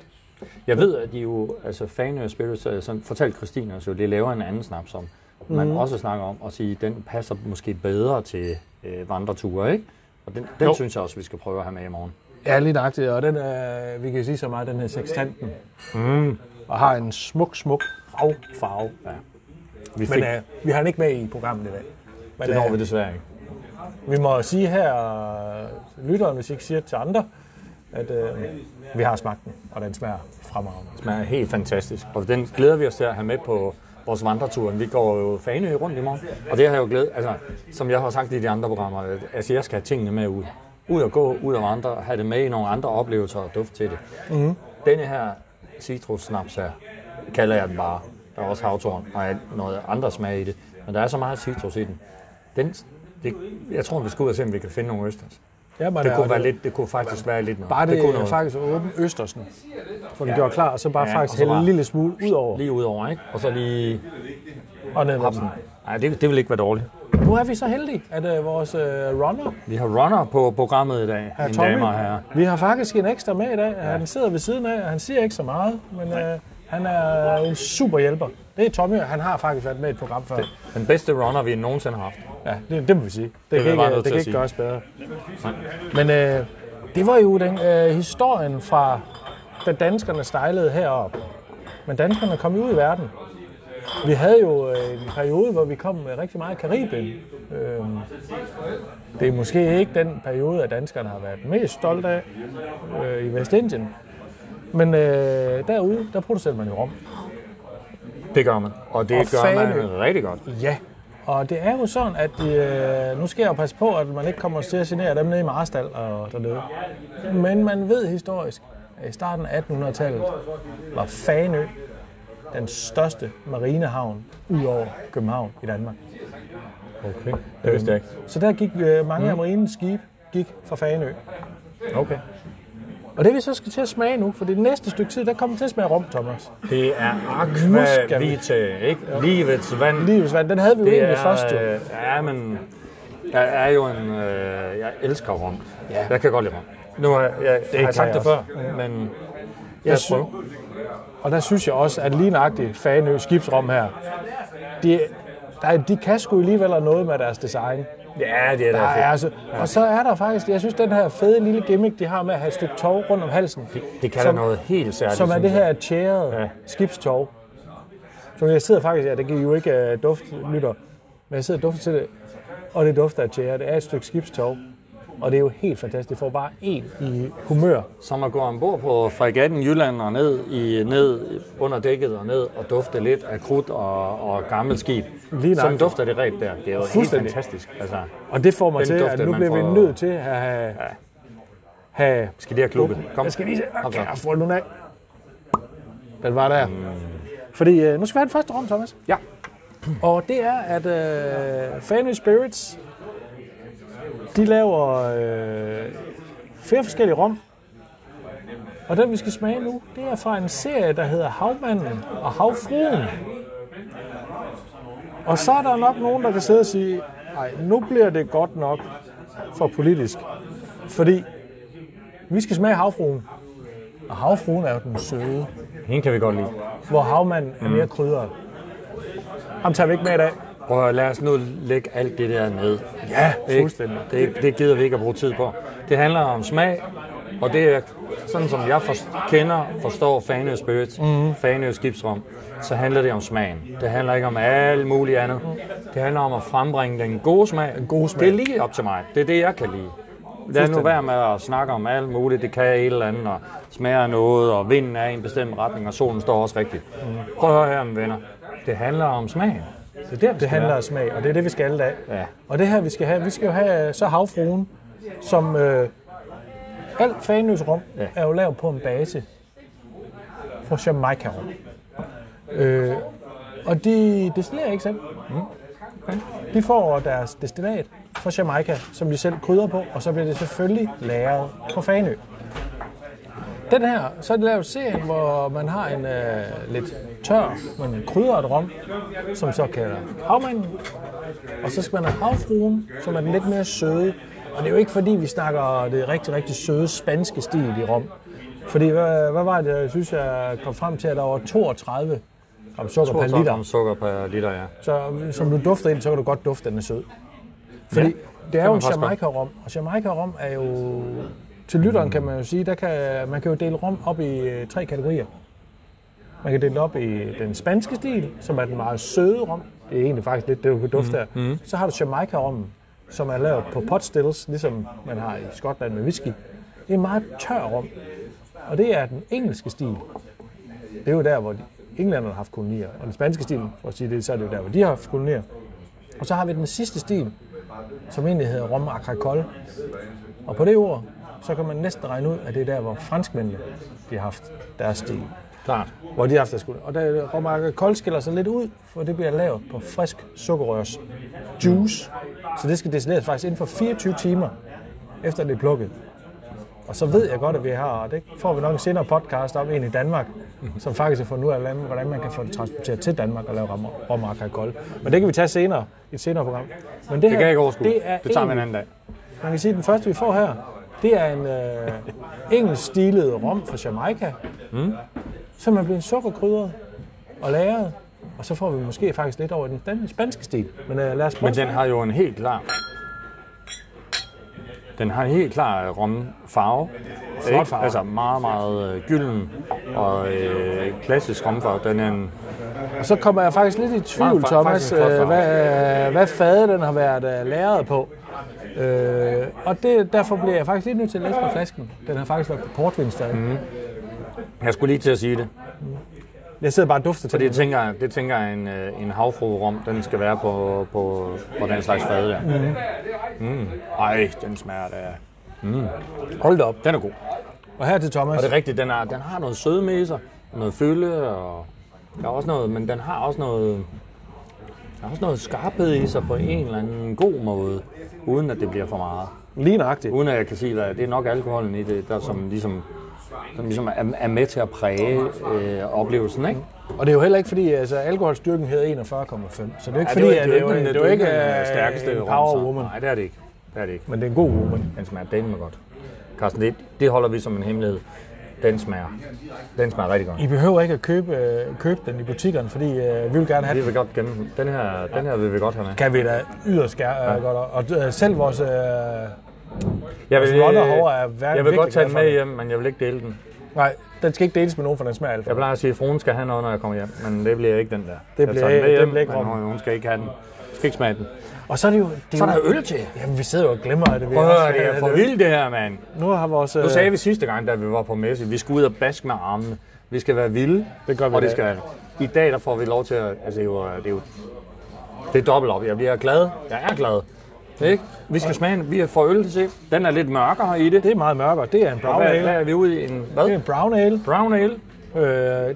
[SPEAKER 2] Jeg ved, at de jo, altså Fanø Spirits, øh, sådan fortalte Christine også jo, de laver en anden snaps om, man
[SPEAKER 1] Mm.
[SPEAKER 2] også snakker om, og sige, den passer måske bedre til øh, vandreture, ikke? Og den, den synes jeg også, vi skal prøve at have med i morgen.
[SPEAKER 1] Ja, lige nøjagtigt. Og den, øh, vi kan sige så meget, den her sextanten. Mm. Og har en smuk, smuk rav farve. Ja.
[SPEAKER 2] Vi fik,
[SPEAKER 1] Men øh, vi har den ikke med i programmet i dag. Men,
[SPEAKER 2] det når
[SPEAKER 1] øh,
[SPEAKER 2] vi desværre ikke.
[SPEAKER 1] Vi må sige her, øh, lytteren, hvis I ikke siger det til andre, at øh, vi har smagt den, og den smager fremragende.
[SPEAKER 2] Den er helt fantastisk, og den glæder vi os til at have med på vores vandreturen. Vi går jo Fanø rundt i morgen, og det har jeg jo glædet, altså, som jeg har sagt i de andre programmer, at- altså jeg skal have tingene med ud. Ud og gå, ud og vandre, og have det med i nogle andre oplevelser og duft til det. Mm.
[SPEAKER 1] Mhm.
[SPEAKER 2] Denne her citrussnaps her, kalder jeg den bare. Der er også havtorn og alt- noget andre smag i det, men der er så meget citrus i den. den det, jeg tror, vi skal ud og se, om vi kan finde nogle østers.
[SPEAKER 1] Ja, men,
[SPEAKER 2] Det
[SPEAKER 1] øh,
[SPEAKER 2] kunne, være lidt, det kunne faktisk være lidt noget.
[SPEAKER 1] Bare det,
[SPEAKER 2] kunne
[SPEAKER 1] det
[SPEAKER 2] noget.
[SPEAKER 1] faktisk åbne Østersen, få den gjort klar, og så bare
[SPEAKER 2] Ja,
[SPEAKER 1] ja, faktisk
[SPEAKER 2] og så
[SPEAKER 1] hælde
[SPEAKER 2] bare-
[SPEAKER 1] en lille smule ud over
[SPEAKER 2] Lige ud over, ikke? Og så lige
[SPEAKER 1] og ned med den.
[SPEAKER 2] Hopsen. Nej, det, det vil ikke være dårligt.
[SPEAKER 1] Nu er vi så heldige, at øh, vores øh, runner,
[SPEAKER 2] Vi har runner på programmet i dag,
[SPEAKER 1] her
[SPEAKER 2] mine
[SPEAKER 1] Tommy,
[SPEAKER 2] damer og herrer.
[SPEAKER 1] vi har faktisk en ekstra med i dag. Han sidder ved siden af, og han siger ikke så meget, men øh, han er en super hjælper. Det er Tommy, og han har faktisk været med i et program før. Det,
[SPEAKER 2] Den bedste runner, vi nogensinde har haft.
[SPEAKER 1] Ja, det, det må vi sige. Det, det
[SPEAKER 2] jeg
[SPEAKER 1] kan
[SPEAKER 2] bare
[SPEAKER 1] ikke,
[SPEAKER 2] nødt
[SPEAKER 1] det
[SPEAKER 2] til
[SPEAKER 1] kan
[SPEAKER 2] at
[SPEAKER 1] ikke
[SPEAKER 2] sige.
[SPEAKER 1] gøres bedre. Men øh, det var jo den øh, historien fra, da danskerne stejlede herop. Men danskerne kom jo ud i verden. Vi havde jo øh, en periode, hvor vi kom øh, rigtig meget i Karibien. Øh, det er måske ikke den periode, at danskerne har været mest stolte af øh, i Vestindien. Men øh, derude, der producerede man jo rom.
[SPEAKER 2] Det gør man. Og det
[SPEAKER 1] Og
[SPEAKER 2] og gør man
[SPEAKER 1] Fanø.
[SPEAKER 2] rigtig godt.
[SPEAKER 1] Ja, og det er jo sådan, at øh, nu skal jeg jo passe på, at man ikke kommer til at genere dem nede i Marstal og dernede. Men man ved historisk, at i starten af 1800-tallet var Fanø den største marinehavn ud over København i Danmark.
[SPEAKER 2] Okay. Det vidste jeg ikke.
[SPEAKER 1] Så der gik øh, mange
[SPEAKER 2] Mm.
[SPEAKER 1] af marinens skibe gik fra Fanø.
[SPEAKER 2] Okay.
[SPEAKER 1] Og det vi så skal til at smage nu, for det næste stykke tid, der kommer vi til at smage rom, Thomas.
[SPEAKER 2] Det er
[SPEAKER 1] Nu skal
[SPEAKER 2] Aqua
[SPEAKER 1] vi-
[SPEAKER 2] Vitae, ikke? Livets vand.
[SPEAKER 1] Livsvand, den havde vi jo
[SPEAKER 2] Det
[SPEAKER 1] egentlig først jo.
[SPEAKER 2] er, øh, ja, men jeg er jo en, øh, jeg elsker rom. Ja. Jeg kan godt lide rom. Nu har jeg, jeg, jeg har
[SPEAKER 1] kan
[SPEAKER 2] sagt
[SPEAKER 1] jeg
[SPEAKER 2] det før, men jeg
[SPEAKER 1] sy-
[SPEAKER 2] prøve.
[SPEAKER 1] Og der synes jeg også, at lige nøjagtigt Fanø Skibsrum her, de, der, de kan sgu alligevel have noget med deres design.
[SPEAKER 2] Ja, det er da
[SPEAKER 1] Der
[SPEAKER 2] fedt.
[SPEAKER 1] er, altså, og så er der faktisk, jeg synes, den her fede lille gimmick, de har med at have et stykke tov rundt om halsen,
[SPEAKER 2] Det kan da
[SPEAKER 1] som-
[SPEAKER 2] noget helt særligt.
[SPEAKER 1] som er
[SPEAKER 2] synes
[SPEAKER 1] det
[SPEAKER 2] jeg.
[SPEAKER 1] her tjærede
[SPEAKER 2] Ja.
[SPEAKER 1] ja. skibstov. Så jeg sidder faktisk, ja, det giver jo ikke uh, duft, lytter, men jeg sidder og dufter til det, og det dufter af tjære. Det er et stykke skibstov, og det er jo helt fantastisk. Det får bare én i humør.
[SPEAKER 2] som at gå ombord på fregatten Jylland og ned, i, ned under dækket og ned og dufte lidt af krudt og, og gammelt skib.
[SPEAKER 1] Lige
[SPEAKER 2] som
[SPEAKER 1] nøjagtigt.
[SPEAKER 2] dufter det rent der. Det er jo helt
[SPEAKER 1] Fuldstændig.
[SPEAKER 2] fantastisk. Altså,
[SPEAKER 1] Og det får mig
[SPEAKER 2] Den
[SPEAKER 1] til,
[SPEAKER 2] duft,
[SPEAKER 1] at
[SPEAKER 2] den
[SPEAKER 1] nu
[SPEAKER 2] man
[SPEAKER 1] bliver vi
[SPEAKER 2] får-
[SPEAKER 1] nødt til at have, have
[SPEAKER 2] skal det have klubbe? Kom.
[SPEAKER 1] Jeg skal lige se.
[SPEAKER 2] Kom
[SPEAKER 1] Okay,
[SPEAKER 2] så.
[SPEAKER 1] jeg får den af. Den var der. Mm. Fordi øh, nu skal vi have den første rum, Thomas.
[SPEAKER 2] Ja.
[SPEAKER 1] Og det er, at øh, Fanø Spirits, de laver øh, flere forskellige rom. Og den, vi skal smage nu, det er fra en serie, der hedder Havmanden og Havfruen. Og så er der nok nogen, der kan sidde og sige, nej, nu bliver det godt nok for politisk. Fordi vi skal smage havfruen. Og havfruen er jo den søde,
[SPEAKER 2] Hende kan vi godt lide. Mm.
[SPEAKER 1] hvor havmanden er mere krydret. Ham tager vi ikke med i dag.
[SPEAKER 2] Prøv at høre, lad os nu lægge alt det der ned.
[SPEAKER 1] Ja,
[SPEAKER 2] Ikke?
[SPEAKER 1] fuldstændig.
[SPEAKER 2] Det, det gider vi ikke at bruge tid på. Det handler om smag, og det er sådan som jeg for, kender forstår Fanø Spirits,
[SPEAKER 1] Mhm.
[SPEAKER 2] mm. Fanø Skibsrum, så handler det om smagen. Det handler ikke om alt muligt andet. Det handler om at frembringe den gode smag. Den
[SPEAKER 1] gode smag.
[SPEAKER 2] Det er lige op til mig. Det er det, jeg kan lide. Lad nu
[SPEAKER 1] Fuldstændig.
[SPEAKER 2] være med at snakke om alt muligt. Det kan et eller andet, og smager af noget, og vinden er i en bestemt retning, og solen står også rigtigt.
[SPEAKER 1] Mhm.
[SPEAKER 2] Prøv at høre her, mine venner. Det handler om smagen. Det er der, vi
[SPEAKER 1] Det
[SPEAKER 2] skal
[SPEAKER 1] handler
[SPEAKER 2] være.
[SPEAKER 1] om smag, og det er det, vi skal alle af.
[SPEAKER 2] Ja.
[SPEAKER 1] Og det her, vi skal have, vi skal jo have øh, så havfruen, som øh, alt fanøs rum
[SPEAKER 2] Ja.
[SPEAKER 1] ja. er jo lavet på en base fra Jamaica rum. Øh, og de destillerer ikke selv. De får deres destillat fra Jamaica, som de selv krydder på, og så bliver det selvfølgelig lagret på Fanø. Den her, så er det lavet serien, hvor man har en øh, lidt tør, men krydret rom, som så kalder havmanden. Og så skal man have havfruen, som er den lidt mere søde. Og det er jo ikke fordi, vi snakker det rigtig, rigtig søde spanske stil i rom. Fordi hvad, hvad var det, jeg synes, jeg kom frem til, at der var 32 om sukker per
[SPEAKER 2] Liter.
[SPEAKER 1] liter.
[SPEAKER 2] om sukker per liter, ja.
[SPEAKER 1] Så øh, som du dufter ind, så kan du godt dufte, at den er sød. Fordi ja,
[SPEAKER 2] Ja,
[SPEAKER 1] det er jo
[SPEAKER 2] man
[SPEAKER 1] en
[SPEAKER 2] faktisk godt.
[SPEAKER 1] Jamaica-rom, og Jamaica-rom er jo... Til lytteren kan man jo sige, der kan, man kan jo dele rom op i øh, tre kategorier. Man kan dele det op i den spanske stil, som er den meget søde rom. Det er egentlig faktisk lidt det, du kan
[SPEAKER 2] Mhm,
[SPEAKER 1] dufte mm. af. Så har du Jamaica-rommen, som er lavet på pot stills, ligesom man har i Skotland med whisky. Det er en meget tør rom, og det er den engelske stil. Det er jo der, hvor de, englænderne har haft kolonier, og den spanske stil, for at sige det, så er det jo der, hvor de har haft kolonier. Og så har vi den sidste stil, som egentlig hedder Rom Agricole. Og på det ord, så kan man næsten regne ud, at det er der, hvor franskmændene de har haft deres stil.
[SPEAKER 2] Klart.
[SPEAKER 1] Hvor de har haft deres skulder. Og der, Rom Agricole skiller sig lidt ud, for det bliver lavet på frisk sukkerrørs juice. Så det skal destilleres faktisk inden for 24 timer, efter det er plukket. Og så ved jeg godt, at vi har, og det får vi nok en senere podcast om en i Danmark, som faktisk har fundet ud af, hvordan- hvordan man kan få det transporteret til Danmark og lave rom- rom Agricole. Men det kan vi tage senere, i et senere program. Men det, her,
[SPEAKER 2] Det kan jeg ikke overskue.
[SPEAKER 1] Det, er
[SPEAKER 2] det tager vi en
[SPEAKER 1] egentlig-
[SPEAKER 2] anden dag.
[SPEAKER 1] man kan sige, at den første, vi får her, det er en øh, engelsk stilet rom fra Jamaica, mm. som er blevet sukkerkrydret og lagret. Og så får vi måske faktisk lidt over i den, den spanske stil. Men øh, lad os prøve.
[SPEAKER 2] Men den har jo en helt klar... Den har en helt klar romfarve. Ikke?
[SPEAKER 1] farve.
[SPEAKER 2] Altså meget, meget øh, gylden og øh, klassisk romfarve. Den er en,
[SPEAKER 1] Og så kommer jeg faktisk lidt i
[SPEAKER 2] Meget
[SPEAKER 1] tvivl,
[SPEAKER 2] fa-
[SPEAKER 1] Thomas,
[SPEAKER 2] faktisk en flot
[SPEAKER 1] øh,
[SPEAKER 2] farve.
[SPEAKER 1] hvad, hvad fade den har været øh, lagret på. Øh, og det, derfor bliver jeg faktisk lige nødt til at læse på flasken. Den har faktisk været på portvinstad. Mm.
[SPEAKER 2] jeg skulle lige til at sige det.
[SPEAKER 1] Jeg sidder bare og dufter til
[SPEAKER 2] Fordi jeg
[SPEAKER 1] det.
[SPEAKER 2] tænker, det tænker jeg, en, øh, en havfruerom, den skal være på, på, på den slags fad der. Mm.
[SPEAKER 1] Mhm.
[SPEAKER 2] Ej, den smager da. Mm.
[SPEAKER 1] Hold da op.
[SPEAKER 2] Den er god.
[SPEAKER 1] Og her til Thomas.
[SPEAKER 2] Og det er rigtigt, den, er, den har noget sødme i sig, noget fylde, og der er også noget, men den har også noget, der er også noget skarphed i sig på en eller anden god måde, uden at det bliver for meget.
[SPEAKER 1] Lige nøjagtigt.
[SPEAKER 2] Uden at jeg kan sige dig, at det er nok alkoholen i det, der som ligesom, som ligesom er, er med til at præge øh, oplevelsen, ikke?
[SPEAKER 1] Og det er jo heller ikke fordi, altså alkoholstyrken hedder 41,5, så det er ikke
[SPEAKER 2] Ja,
[SPEAKER 1] fordi,
[SPEAKER 2] jo-
[SPEAKER 1] at det,
[SPEAKER 2] jo
[SPEAKER 1] er jo-
[SPEAKER 2] den-
[SPEAKER 1] det er jo ikke
[SPEAKER 2] den
[SPEAKER 1] øh,
[SPEAKER 2] stærkeste
[SPEAKER 1] en
[SPEAKER 2] rom,
[SPEAKER 1] power
[SPEAKER 2] så.
[SPEAKER 1] woman,
[SPEAKER 2] Nej, det er det ikke. Det er det ikke.
[SPEAKER 1] men det er en god woman.
[SPEAKER 2] Den smager dame godt. Carsten, det, det holder vi som en hemmelighed. Den smager. Den smager rigtig godt.
[SPEAKER 1] I behøver ikke at købe, øh, købe den i butikkerne, fordi øh, vi vil gerne have
[SPEAKER 2] Vi
[SPEAKER 1] den.
[SPEAKER 2] vil godt gemme den. Den her, den her vil vi godt have med.
[SPEAKER 1] Kan vi da yderst gerne, øh, godt, og og, øh, selv vores... Øh,
[SPEAKER 2] Jeg vil,
[SPEAKER 1] Altså, Rotter og Hårde er ver-
[SPEAKER 2] jeg vil godt
[SPEAKER 1] virkelig
[SPEAKER 2] tage
[SPEAKER 1] glad
[SPEAKER 2] den
[SPEAKER 1] for
[SPEAKER 2] med
[SPEAKER 1] det.
[SPEAKER 2] hjem, men jeg vil ikke dele den.
[SPEAKER 1] nej, den skal ikke deles med nogen, for den smager alt for
[SPEAKER 2] Jeg plejer at sige, at fruen skal have noget, når jeg kommer hjem, men det bliver ikke den der. jeg
[SPEAKER 1] bliver-
[SPEAKER 2] tager den med
[SPEAKER 1] det
[SPEAKER 2] hjem,
[SPEAKER 1] bliver ikke
[SPEAKER 2] men
[SPEAKER 1] Robben.
[SPEAKER 2] hun skal ikke have den. Hun skal ikke smage den.
[SPEAKER 1] godt. Og så er det jo... Det er
[SPEAKER 2] Så er der
[SPEAKER 1] jo,
[SPEAKER 2] øl til.
[SPEAKER 1] Jamen, vi sidder jo og glemmer, at det vi
[SPEAKER 2] Prøv
[SPEAKER 1] også
[SPEAKER 2] at høre,
[SPEAKER 1] skal
[SPEAKER 2] det er
[SPEAKER 1] have
[SPEAKER 2] for vildt det her, mand.
[SPEAKER 1] Nu har vores... øh,
[SPEAKER 2] Nu sagde vi sidste gang, da vi var på messe, vi skulle ud og baske med armene. Vi skal være vilde,
[SPEAKER 1] Det gør vi
[SPEAKER 2] og det
[SPEAKER 1] i
[SPEAKER 2] skal være. I dag der får vi lov til at... Altså, det er jo... Det er, jo, det er dobbelt op. Jeg bliver glad. Jeg er glad. Ikke? Vi skal smage den. Vi får øl til se. Den er lidt mørkere i det.
[SPEAKER 1] Det er meget mørkere. Det er en brown
[SPEAKER 2] Hvad, hvad
[SPEAKER 1] ale.
[SPEAKER 2] er vi ude i? En,
[SPEAKER 1] Det er
[SPEAKER 2] hvad?
[SPEAKER 1] en brown ale.
[SPEAKER 2] Brown ale?
[SPEAKER 1] Øh,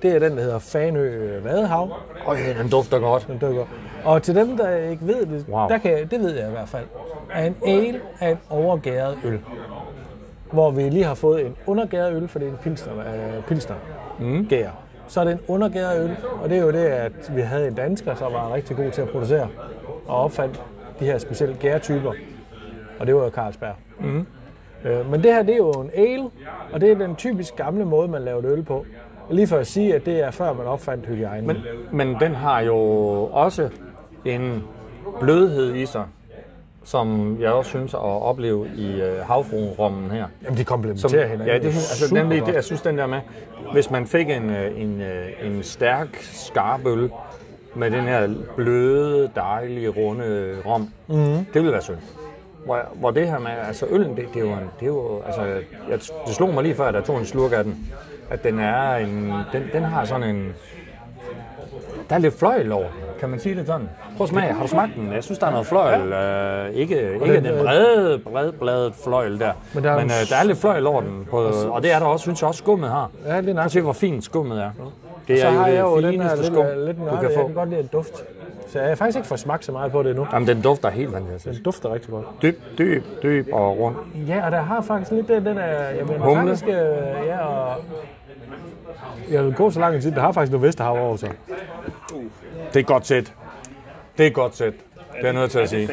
[SPEAKER 1] det er den, der hedder Fanø øh, Vadehav.
[SPEAKER 2] Øj, den dufter godt.
[SPEAKER 1] Den dukker. Og til dem, der ikke ved det,
[SPEAKER 2] Wow.
[SPEAKER 1] wow. der kan, det ved jeg i hvert fald, at en ale er en overgæret øl. Hvor vi lige har fået en undergæret øl, for det er en pilsner, øh, pilsner mm. gær. Så er det en undergæret øl, og det er jo det, at vi havde en dansker, som var rigtig god til at producere og opfandt de her specielle gærtyper. Og det var jo Carlsberg. Øh, men det her, det er jo en ale, og det er den typisk gamle måde, man lavede øl på. Og lige for at sige, at det er før man opfandt hygiejnen.
[SPEAKER 2] Men den har jo også en blødhed i sig, som jeg også synes at opleve i øh, havfruerommen her.
[SPEAKER 1] Jamen, de
[SPEAKER 2] Som,
[SPEAKER 1] komplementerer hinanden.
[SPEAKER 2] ja, det,
[SPEAKER 1] jo
[SPEAKER 2] altså,
[SPEAKER 1] super
[SPEAKER 2] nemlig, det,
[SPEAKER 1] godt.
[SPEAKER 2] jeg synes den der med, hvis man fik en, øh, en, øh, en stærk, skarp øl med den her bløde, dejlige, runde øh, rom, mm-hmm. det ville være synd. Hvor, hvor det her med, altså øllen, det, det er jo en, det er jo, altså, jeg, det slog mig lige før, at jeg tog en slurk af den, at den er en, den, den har sådan en, der er lidt fløjl over, kan man sige det sådan? Prøv at smage, har du smagt den? Jeg synes, der er noget fløjl, ja. øh, ikke, ikke
[SPEAKER 1] den,
[SPEAKER 2] den
[SPEAKER 1] øh,
[SPEAKER 2] brede, brede, bladet fløjl der,
[SPEAKER 1] Men
[SPEAKER 2] men, der
[SPEAKER 1] der
[SPEAKER 2] er,
[SPEAKER 1] er
[SPEAKER 2] men
[SPEAKER 1] jo-
[SPEAKER 2] øh, der er lidt fløjl over den, på, og det er der også, synes jeg også, skummet har.
[SPEAKER 1] Ja, lige
[SPEAKER 2] Prøv
[SPEAKER 1] nok.
[SPEAKER 2] at se, hvor fint skummet er. Det
[SPEAKER 1] Så
[SPEAKER 2] er
[SPEAKER 1] har jeg
[SPEAKER 2] jo
[SPEAKER 1] jo
[SPEAKER 2] det
[SPEAKER 1] den her
[SPEAKER 2] fineste
[SPEAKER 1] lidt,
[SPEAKER 2] skum,
[SPEAKER 1] øh, lidt
[SPEAKER 2] du
[SPEAKER 1] nørde.
[SPEAKER 2] kan
[SPEAKER 1] Jeg
[SPEAKER 2] få.
[SPEAKER 1] kan godt lide at duft. Så jeg har faktisk ikke fået smagt så meget på det endnu.
[SPEAKER 2] Jamen, den dufter helt fantastisk.
[SPEAKER 1] Den dufter rigtig godt.
[SPEAKER 2] Dyb, dyb, dyb og rund.
[SPEAKER 1] Ja, og der har faktisk lidt øh, den, den er, jeg mener
[SPEAKER 2] Humle.
[SPEAKER 1] faktisk, øh, ja, og jeg vil gå så lang en tid, der har faktisk noget Vesterhav over sig.
[SPEAKER 2] Det er godt sæt. Det er et godt sæt. Det er jeg nødt til at sige.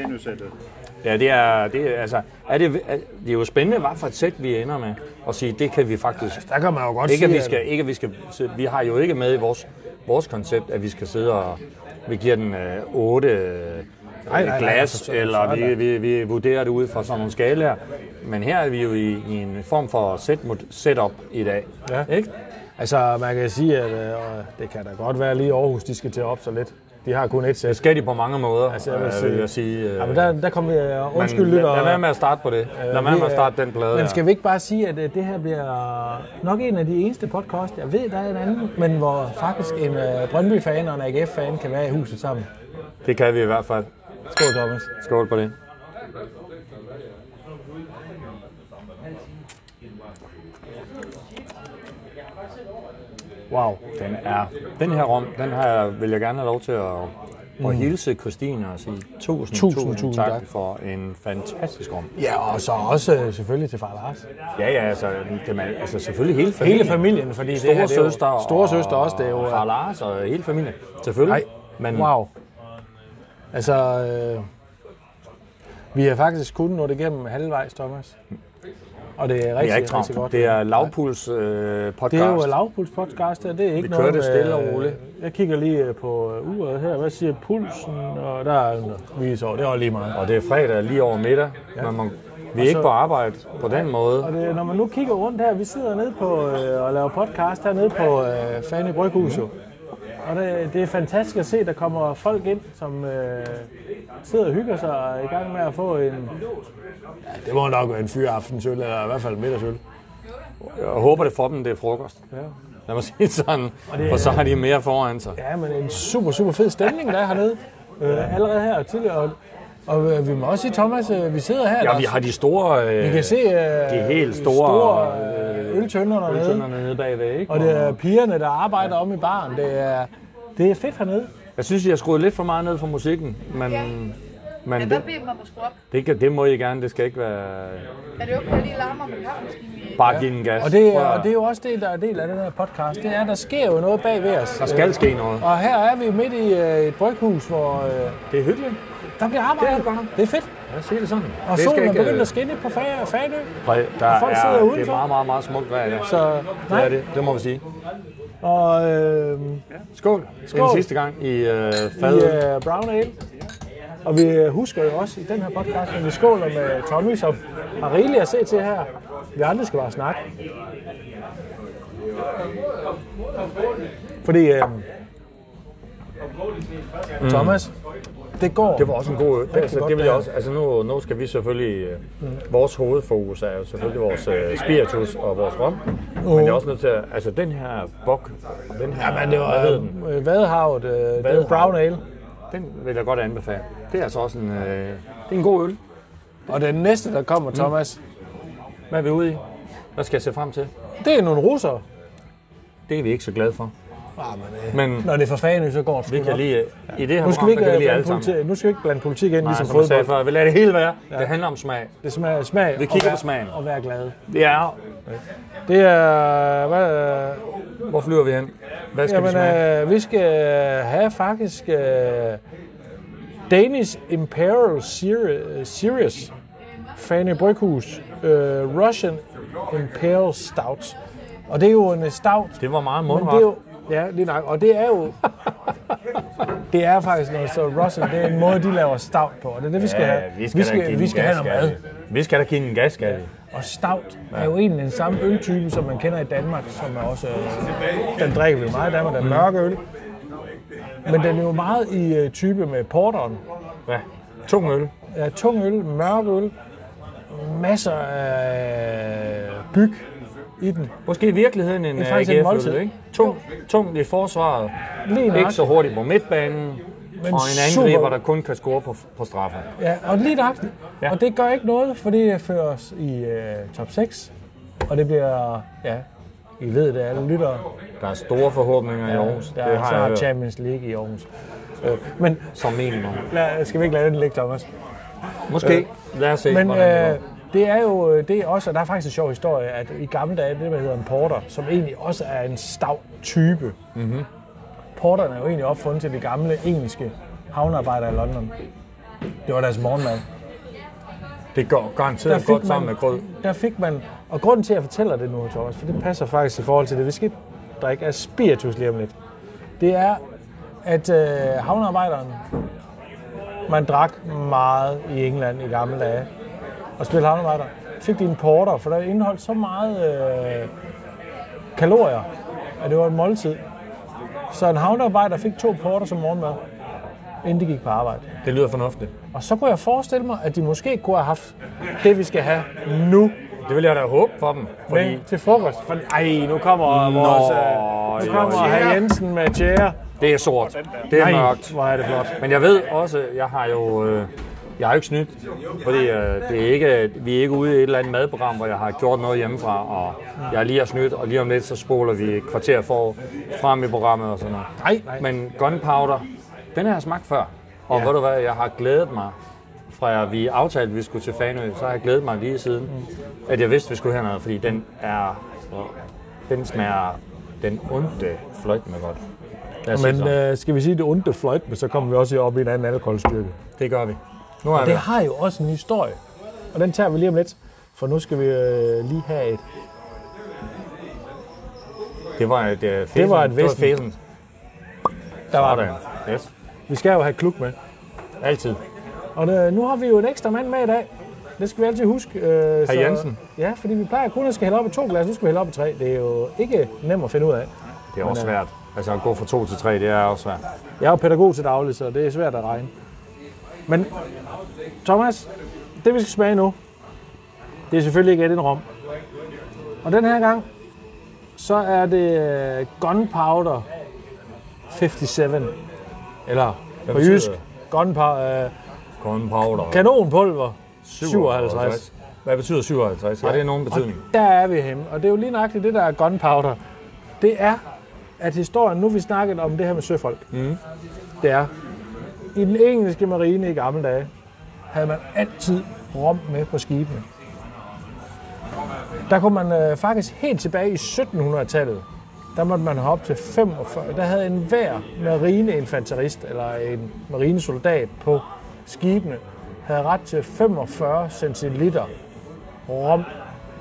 [SPEAKER 2] Ja, det er, det er, altså, er det, er, det er jo spændende, hvad for et sæt vi ender med, og sige, det kan vi faktisk
[SPEAKER 1] Der kan man jo godt
[SPEAKER 2] Ikke at
[SPEAKER 1] sige,
[SPEAKER 2] vi skal, ikke at vi skal, sidde- vi har jo ikke med i vores, vores koncept, at vi skal sidde og, vi giver den øh, 8 øh,
[SPEAKER 1] nej, nej, altså,
[SPEAKER 2] glas,
[SPEAKER 1] for
[SPEAKER 2] nej,
[SPEAKER 1] søren,
[SPEAKER 2] eller
[SPEAKER 1] sådan
[SPEAKER 2] vi,
[SPEAKER 1] der.
[SPEAKER 2] vi, vi vurderer det ud fra sådan nogle skalaer. Men her er vi jo i, i en form for set, mod- setup i dag.
[SPEAKER 1] Ja.
[SPEAKER 2] Ikke?
[SPEAKER 1] Altså, man kan sige, at øh, det kan da godt være lige i Aarhus, de skal til at op så lidt. De har kun et sæt.
[SPEAKER 2] Det skal de på mange måder,
[SPEAKER 1] Altså, jeg vil
[SPEAKER 2] øh,
[SPEAKER 1] sige-
[SPEAKER 2] jeg sige. øh,
[SPEAKER 1] Ja, men der, der kom vi... øh, Undskyld,
[SPEAKER 2] men lad,
[SPEAKER 1] lytter. Øh,
[SPEAKER 2] lad være med at starte på det. Lad være med at starte den plade.
[SPEAKER 1] Men
[SPEAKER 2] her.
[SPEAKER 1] skal vi ikke bare sige, at øh, det her bliver nok en af de eneste podcast, jeg ved, der er en anden, men hvor faktisk en øh, Brøndby-fan og en AGF-fan kan være i huset sammen.
[SPEAKER 2] Det kan vi i hvert fald.
[SPEAKER 1] Skål, Thomas.
[SPEAKER 2] Skål på det. Wow, den er... Den her rum, den her vil jeg gerne have lov til at, at hilse Christine og sige Mm. tusind, tusind,
[SPEAKER 1] Tusind,
[SPEAKER 2] tusind,
[SPEAKER 1] tusind
[SPEAKER 2] tak,
[SPEAKER 1] tak.
[SPEAKER 2] for en fantastisk rum.
[SPEAKER 1] Ja, og så også øh, selvfølgelig til far Lars.
[SPEAKER 2] Ja, ja, altså, det man, altså selvfølgelig hele familien.
[SPEAKER 1] Hele familien, fordi det her,
[SPEAKER 2] Store
[SPEAKER 1] det er jo,
[SPEAKER 2] søster og,
[SPEAKER 1] store søster også, det er jo...
[SPEAKER 2] og far Lars og hele familien, selvfølgelig.
[SPEAKER 1] Nej,
[SPEAKER 2] men
[SPEAKER 1] wow. Altså, øh, vi har faktisk kun nået igennem halvvejs, Thomas. Og det er
[SPEAKER 2] det er
[SPEAKER 1] rigtig,
[SPEAKER 2] ikke
[SPEAKER 1] rigtig
[SPEAKER 2] travlt.
[SPEAKER 1] godt.
[SPEAKER 2] Det er lavpuls øh, podcast.
[SPEAKER 1] Det er jo lavpulspodcast, og det er ikke
[SPEAKER 2] Vi kører
[SPEAKER 1] noget...
[SPEAKER 2] det stille og
[SPEAKER 1] med-
[SPEAKER 2] roligt.
[SPEAKER 1] Jeg kigger lige øh, på øh, uret her. Hvad siger pulsen? Og der er en visår. Det var lige meget.
[SPEAKER 2] Og det er fredag lige over middag. Ja. Man må, vi er ikke på arbejde på den måde.
[SPEAKER 1] Og det, når man nu kigger rundt her, vi sidder nede på øh, og laver podcast hernede på øh, Fane Bryghus. Mm. Og det, det er fantastisk at se, der kommer folk ind, som øh, sidder og hygger sig og er i gang med at få en... Ja, det må nok være en fyraftensøl, eller i hvert fald middagsøl.
[SPEAKER 2] Jeg håber, det for dem, det er frokost.
[SPEAKER 1] Ja.
[SPEAKER 2] Lad mig sige det sådan. For så har de mere foran sig.
[SPEAKER 1] Ja, men en super, super fed stemning, der er hernede. Øh, allerede her og tidligere. Og, og øh, vi må også sige, Thomas, øh, vi sidder her.
[SPEAKER 2] Ja,
[SPEAKER 1] Lars.
[SPEAKER 2] vi har de store øh,
[SPEAKER 1] vi kan se øh, de
[SPEAKER 2] helt store,
[SPEAKER 1] store øh, øltønder dernede.
[SPEAKER 2] øltønderne nede bagved. Ikke?
[SPEAKER 1] Og det er pigerne, der arbejder om i baren. Det er, det er fedt hernede.
[SPEAKER 2] Jeg synes, I har skruet lidt for meget ned for musikken. Men,
[SPEAKER 3] Ja.
[SPEAKER 2] men
[SPEAKER 3] Jeg
[SPEAKER 2] det,
[SPEAKER 3] har bedt mig om at skrue op.
[SPEAKER 2] det, kan, det må I gerne. Det skal ikke være...
[SPEAKER 3] Er det okay, at jeg lige larmer om en kaffemaskine?
[SPEAKER 2] Bare give den gas.
[SPEAKER 1] Og det,
[SPEAKER 2] Prøv
[SPEAKER 1] er,
[SPEAKER 2] at-
[SPEAKER 1] og det er jo også det, der er del af den her podcast. Det er, der sker jo noget bag ved os.
[SPEAKER 2] Der skal ske noget.
[SPEAKER 1] Og her er vi midt i øh, et bryghus, hvor øh,
[SPEAKER 2] Det er hyggeligt.
[SPEAKER 1] der bliver
[SPEAKER 2] Det er
[SPEAKER 1] arbejdet.
[SPEAKER 2] det godt nok.
[SPEAKER 1] Det er fedt.
[SPEAKER 2] Lad os sige det sådan.
[SPEAKER 1] Og
[SPEAKER 2] det
[SPEAKER 1] solen er
[SPEAKER 2] ikke,
[SPEAKER 1] begyndt
[SPEAKER 2] øh,
[SPEAKER 1] at skinne på Fa- Fanø.
[SPEAKER 2] præ- Der
[SPEAKER 1] og folk sidder
[SPEAKER 2] er, det
[SPEAKER 1] udenfor.
[SPEAKER 2] er meget, meget, meget smukt vejr i dag.
[SPEAKER 1] Så
[SPEAKER 2] Det er
[SPEAKER 1] nej.
[SPEAKER 2] det. Det må vi sige.
[SPEAKER 1] Og øh,
[SPEAKER 2] Skål. Skål. Den
[SPEAKER 1] Skål.
[SPEAKER 2] sidste gang i øh,
[SPEAKER 1] i
[SPEAKER 2] fadet.
[SPEAKER 1] øh, Brown Ale. Og vi øh, husker jo også i den her podcast, at vi skåler med Tommy, som har rigeligt at se til her. Vi andre skal bare snakke. Fordi øh, Thomas, Mm. det går.
[SPEAKER 2] Det var også en god øl. Altså,
[SPEAKER 1] godt,
[SPEAKER 2] det vil
[SPEAKER 1] det
[SPEAKER 2] jeg
[SPEAKER 1] her.
[SPEAKER 2] også, altså nu, nu skal vi selvfølgelig... Øh, vores hovedfokus er jo selvfølgelig vores øh, spiritus og vores rom. Men jeg er også nødt til at... Altså den her bok... Den her,
[SPEAKER 1] Men det var
[SPEAKER 2] hvad hedder den?
[SPEAKER 1] øh, Vadehavet, øh, det
[SPEAKER 2] Vadehavet.
[SPEAKER 1] var Brown Ale.
[SPEAKER 2] den vil jeg godt anbefale. Det er altså også en... Øh, det er en god øl.
[SPEAKER 1] Og den næste, der kommer, Thomas,
[SPEAKER 2] Hvad er vi ude i? Hvad skal jeg se frem til?
[SPEAKER 1] det er nogle russere.
[SPEAKER 2] Det er vi ikke så glade for.
[SPEAKER 1] Ah, men, øh,
[SPEAKER 2] Men
[SPEAKER 1] når det er for Fanø, så går det
[SPEAKER 2] vi
[SPEAKER 1] sgu
[SPEAKER 2] kan
[SPEAKER 1] nok.
[SPEAKER 2] lige... I det her
[SPEAKER 1] Nu skal, vi
[SPEAKER 2] program,
[SPEAKER 1] ikke,
[SPEAKER 2] der kan vi lige
[SPEAKER 1] øh,
[SPEAKER 2] alle
[SPEAKER 1] blande
[SPEAKER 2] sammen.
[SPEAKER 1] politi- nu skal vi ikke blande politik ind,
[SPEAKER 2] Nej,
[SPEAKER 1] ligesom
[SPEAKER 2] som jeg sagde
[SPEAKER 1] fodbold.
[SPEAKER 2] før, vi lader det hele være. Det handler om smag.
[SPEAKER 1] Det smager smag.
[SPEAKER 2] Vi
[SPEAKER 1] og
[SPEAKER 2] kigger
[SPEAKER 1] være-
[SPEAKER 2] på smagen.
[SPEAKER 1] Og være glad.
[SPEAKER 2] Det er...
[SPEAKER 1] Det er... Hvad, øh,
[SPEAKER 2] Hvor flyver vi hen? Hvad skal vi
[SPEAKER 1] jamen,
[SPEAKER 2] smage?
[SPEAKER 1] øh, vi skal have faktisk... Øh, Danish Imperial Seri- Series. Fanny Bryghus. Øh, Russian Imperial Stout. Og det er jo en øh, stout,
[SPEAKER 2] Det var meget
[SPEAKER 1] Men det er
[SPEAKER 2] mundret.
[SPEAKER 1] jo, ja, lige nok. Og det er jo... Det er faktisk noget så Russell, det er en måde, de laver stavt på, og det er det, vi skal have.
[SPEAKER 2] vi skal,
[SPEAKER 1] vi skal, vi skal have noget mad.
[SPEAKER 2] Vi skal da give den gas, skal vi.
[SPEAKER 1] Og stavt er jo egentlig den samme øltype, som man kender i Danmark, som er også... øh, Den drikker vi jo meget i Danmark, den mørke øl. Men den er jo meget i øh, type med porteren.
[SPEAKER 2] Ja. Tung øl.
[SPEAKER 1] Ja, tung øl, mørk øl, masser af byg i den.
[SPEAKER 2] Måske i virkeligheden en
[SPEAKER 1] Det er faktisk en måltid.
[SPEAKER 2] AGF-øl, ikke? Tung, tungt i forsvaret.
[SPEAKER 1] Lige
[SPEAKER 2] Ikke så
[SPEAKER 1] nøjagtigt.
[SPEAKER 2] hurtigt på midtbanen.
[SPEAKER 1] Men
[SPEAKER 2] og en
[SPEAKER 1] super-
[SPEAKER 2] angriber, der kun kan score på, på straffer.
[SPEAKER 1] Ja, og lige nøjagtigt.
[SPEAKER 2] Ja.
[SPEAKER 1] Ja. Og det gør ikke noget, for det fører os i øh, top 6. Og det bliver, ja, I ved det, alle lyttere.
[SPEAKER 2] Der er store forhåbninger i Aarhus.
[SPEAKER 1] Der er
[SPEAKER 2] det har jeg
[SPEAKER 1] snart
[SPEAKER 2] hørt.
[SPEAKER 1] Champions League i Aarhus. Øh, men
[SPEAKER 2] Som minimum.
[SPEAKER 1] lad, skal vi ikke lade den ligge, Thomas?
[SPEAKER 2] Måske. Lad os se,
[SPEAKER 1] Men øh,
[SPEAKER 2] hvordan det går.
[SPEAKER 1] det er jo øh, det er også, og der er faktisk en sjov historie, at i gamle dage, det der hedder en porter, som egentlig også er en stav type. Mm-hmm. Porterne er jo egentlig opfundet til de gamle engelske havnearbejdere i London. Det var altså- deres morgenmad.
[SPEAKER 2] Det går garanteret godt sammen med grød.
[SPEAKER 1] Der fik man, og grunden til, at jeg fortæller det nu, Thomas, for det passer faktisk i forhold til det, vi skal drikke af spiritus lige om lidt, det er, at øh, havnearbejderen, man drak meget i England i gamle dage, og spillede havnearbejder, fik de en porter, for der indeholdt så meget øh, kalorier, at det var en måltid. Så en havnearbejder fik to porter som morgenmad, inden de gik på arbejde.
[SPEAKER 2] Det lyder fornuftigt.
[SPEAKER 1] Og så kunne jeg forestille mig, at de måske kunne have haft det, vi skal have nu.
[SPEAKER 2] Det vil jeg da håbe for dem. Fordi
[SPEAKER 1] Men til frokost. For, ej, nu kommer Nå, vores... Øh, nu
[SPEAKER 2] jo,
[SPEAKER 1] kommer
[SPEAKER 2] jo.
[SPEAKER 1] herr Jensen med tjære.
[SPEAKER 2] det er sort. Det er mørkt.
[SPEAKER 1] hvor er det flot.
[SPEAKER 2] Men jeg ved også, jeg har jo... Øh, jeg har jo ikke snydt, fordi øh, det er ikke, vi er ikke ude i et eller andet madprogram, hvor jeg har gjort noget hjemmefra, og jeg lige har snydt, og lige om lidt, så spoler vi et kvarter for frem i programmet og sådan noget.
[SPEAKER 1] Nej, nej.
[SPEAKER 2] Men gunpowder, den har jeg smagt før. Og ja. ved du hvad, jeg har glædet mig, fra vi aftalte, at vi skulle til Fanø, så har jeg glædet mig lige siden, mm. at jeg vidste, at vi skulle hernede, fordi den er, den smager den onde fløjt med godt. Lad os sige
[SPEAKER 1] Men
[SPEAKER 2] sådan.
[SPEAKER 1] øh, skal vi sige det onde fløjt, men så kommer vi også op i en anden alkoholstyrke.
[SPEAKER 2] det gør vi. Nu er
[SPEAKER 1] Det
[SPEAKER 2] vi.
[SPEAKER 1] har jo også en historie, og den tager vi lige om lidt. For nu skal vi øh, lige have et...
[SPEAKER 2] Det var et øh, fesen.
[SPEAKER 1] Det var et væsen.
[SPEAKER 2] fesen.
[SPEAKER 1] Der var
[SPEAKER 2] Sådan. Yes.
[SPEAKER 1] Vi skal jo have kluk med.
[SPEAKER 2] Altid.
[SPEAKER 1] Og øh, nu har vi jo en ekstra mand med i dag. Det skal vi altid huske. Øh,
[SPEAKER 2] Jensen.
[SPEAKER 1] Ja, fordi vi plejer kun at skal hælde op i to glas, nu skal vi hælde op i tre. Det er jo ikke nemt at finde ud af.
[SPEAKER 2] Det er også
[SPEAKER 1] øh,
[SPEAKER 2] svært. Altså at gå fra to til tre, det er også svært.
[SPEAKER 1] Jeg er jo pædagog til daglig, så det er svært at regne. Men Thomas, det vi skal smage nu, det er selvfølgelig ikke Edin Rom. Og den her gang, så er det øh, Gunpowder 57. Eller
[SPEAKER 2] Hvad
[SPEAKER 1] på
[SPEAKER 2] betyder
[SPEAKER 1] jysk,
[SPEAKER 2] det?
[SPEAKER 1] gunpowder, øh,
[SPEAKER 2] Gunpowder.
[SPEAKER 1] kanonpulver 57.
[SPEAKER 2] Hvad betyder 57? Har det nogen betydning?
[SPEAKER 1] Der er vi henne, og det er jo lige nøjagtigt det, der er gunpowder. Det er, at historien, nu vi snakket om det her med søfolk, mm. det er, i den engelske marine i gamle dage, havde man altid rom med på skibene. Der kunne man øh, faktisk helt tilbage i 1700-tallet, der måtte man have op til 45. Der havde en hver marineinfanterist eller en marinesoldat på skibene, havde ret til 45 centiliter rom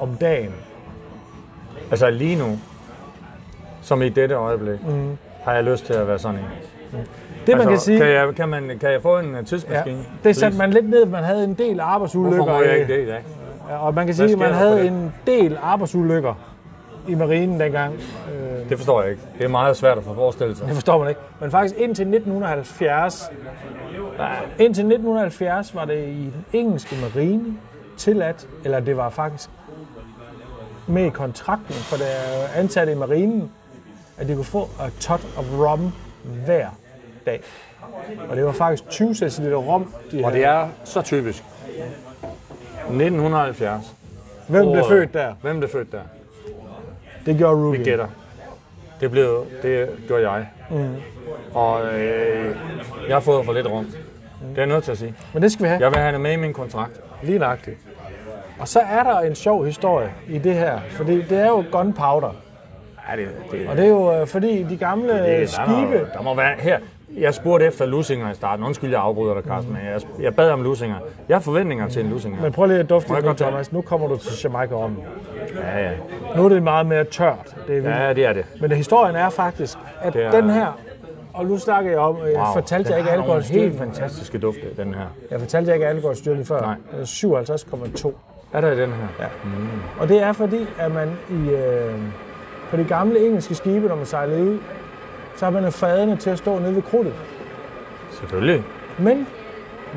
[SPEAKER 1] om dagen.
[SPEAKER 2] Altså lige nu, som i dette øjeblik, mm. har jeg lyst til at være sådan en.
[SPEAKER 1] Det man Mhm. kan sige,
[SPEAKER 2] Altså, Kan jeg, kan, man, kan jeg få en øh,
[SPEAKER 1] ja,
[SPEAKER 2] tidsmaskine?
[SPEAKER 1] det satte man lidt ned, man havde en del arbejdsulykker.
[SPEAKER 2] Hvorfor må jeg
[SPEAKER 1] i-
[SPEAKER 2] ikke det i dag?
[SPEAKER 1] Ja, Og man kan sige, at
[SPEAKER 2] sker
[SPEAKER 1] man
[SPEAKER 2] der for
[SPEAKER 1] havde
[SPEAKER 2] det?
[SPEAKER 1] en del arbejdsulykker i marinen dengang. Øh,
[SPEAKER 2] Det forstår jeg ikke. Det er meget svært at få forestillet sig.
[SPEAKER 1] Det forstår man ikke. Men faktisk indtil 1970, indtil 1970 var det i den engelske marine tilladt, eller det var faktisk med i kontrakten, for det er jo ansatte i marinen, at de kunne få et tot of rum hver dag. Og det var faktisk 20 centiliter rom, de
[SPEAKER 2] Og det
[SPEAKER 1] havde.
[SPEAKER 2] er så typisk. 1970.
[SPEAKER 1] Hvem blev
[SPEAKER 2] Året.
[SPEAKER 1] født der?
[SPEAKER 2] Hvem blev født der?
[SPEAKER 1] øh, Det gjorde Ruby.
[SPEAKER 2] Vi gætter. Det, blev, det gjorde jeg. Mm. Og øh, jeg har fået for lidt rum. Det er jeg nødt til at sige.
[SPEAKER 1] Men det skal vi have.
[SPEAKER 2] Jeg vil have det med i min kontrakt.
[SPEAKER 1] Lige nøjagtigt. Og så er der en sjov historie i det her, fordi det er jo gunpowder.
[SPEAKER 2] Ja, det, det,
[SPEAKER 1] Og det er jo øh, fordi de gamle øh,
[SPEAKER 2] der, må,
[SPEAKER 1] skibe,
[SPEAKER 2] der må være her. Jeg spurgte efter lusinger i starten. Undskyld, jeg afbryder dig, Carsten, men jeg, jeg bad om lusinger. Jeg har forventninger til en lusinger.
[SPEAKER 1] Men prøv lige at dufte
[SPEAKER 2] Må jeg
[SPEAKER 1] lidt nu,
[SPEAKER 2] godt tage?
[SPEAKER 1] Thomas. Nu kommer du til jamaica om.
[SPEAKER 2] Ja, ja.
[SPEAKER 1] Nu er det meget mere tørt. Det er vildt.
[SPEAKER 2] ja, det er det.
[SPEAKER 1] Men historien er faktisk, at
[SPEAKER 2] Det er-
[SPEAKER 1] den her og nu snakker jeg om, jeg wow, fortalte jeg ikke alkohol
[SPEAKER 2] helt
[SPEAKER 1] helt
[SPEAKER 2] fantastiske dufte, den her.
[SPEAKER 1] Jeg fortalte jer ikke alkoholstyrken før.
[SPEAKER 2] Nej.
[SPEAKER 1] Øh, 57,2.
[SPEAKER 2] Er der i den her?
[SPEAKER 1] Ja. Og det er fordi, at man i, øh, på de gamle engelske skibe, når man sejlede ud, så har man fadene til at stå nede ved krudtet.
[SPEAKER 2] Selvfølgelig.
[SPEAKER 1] Men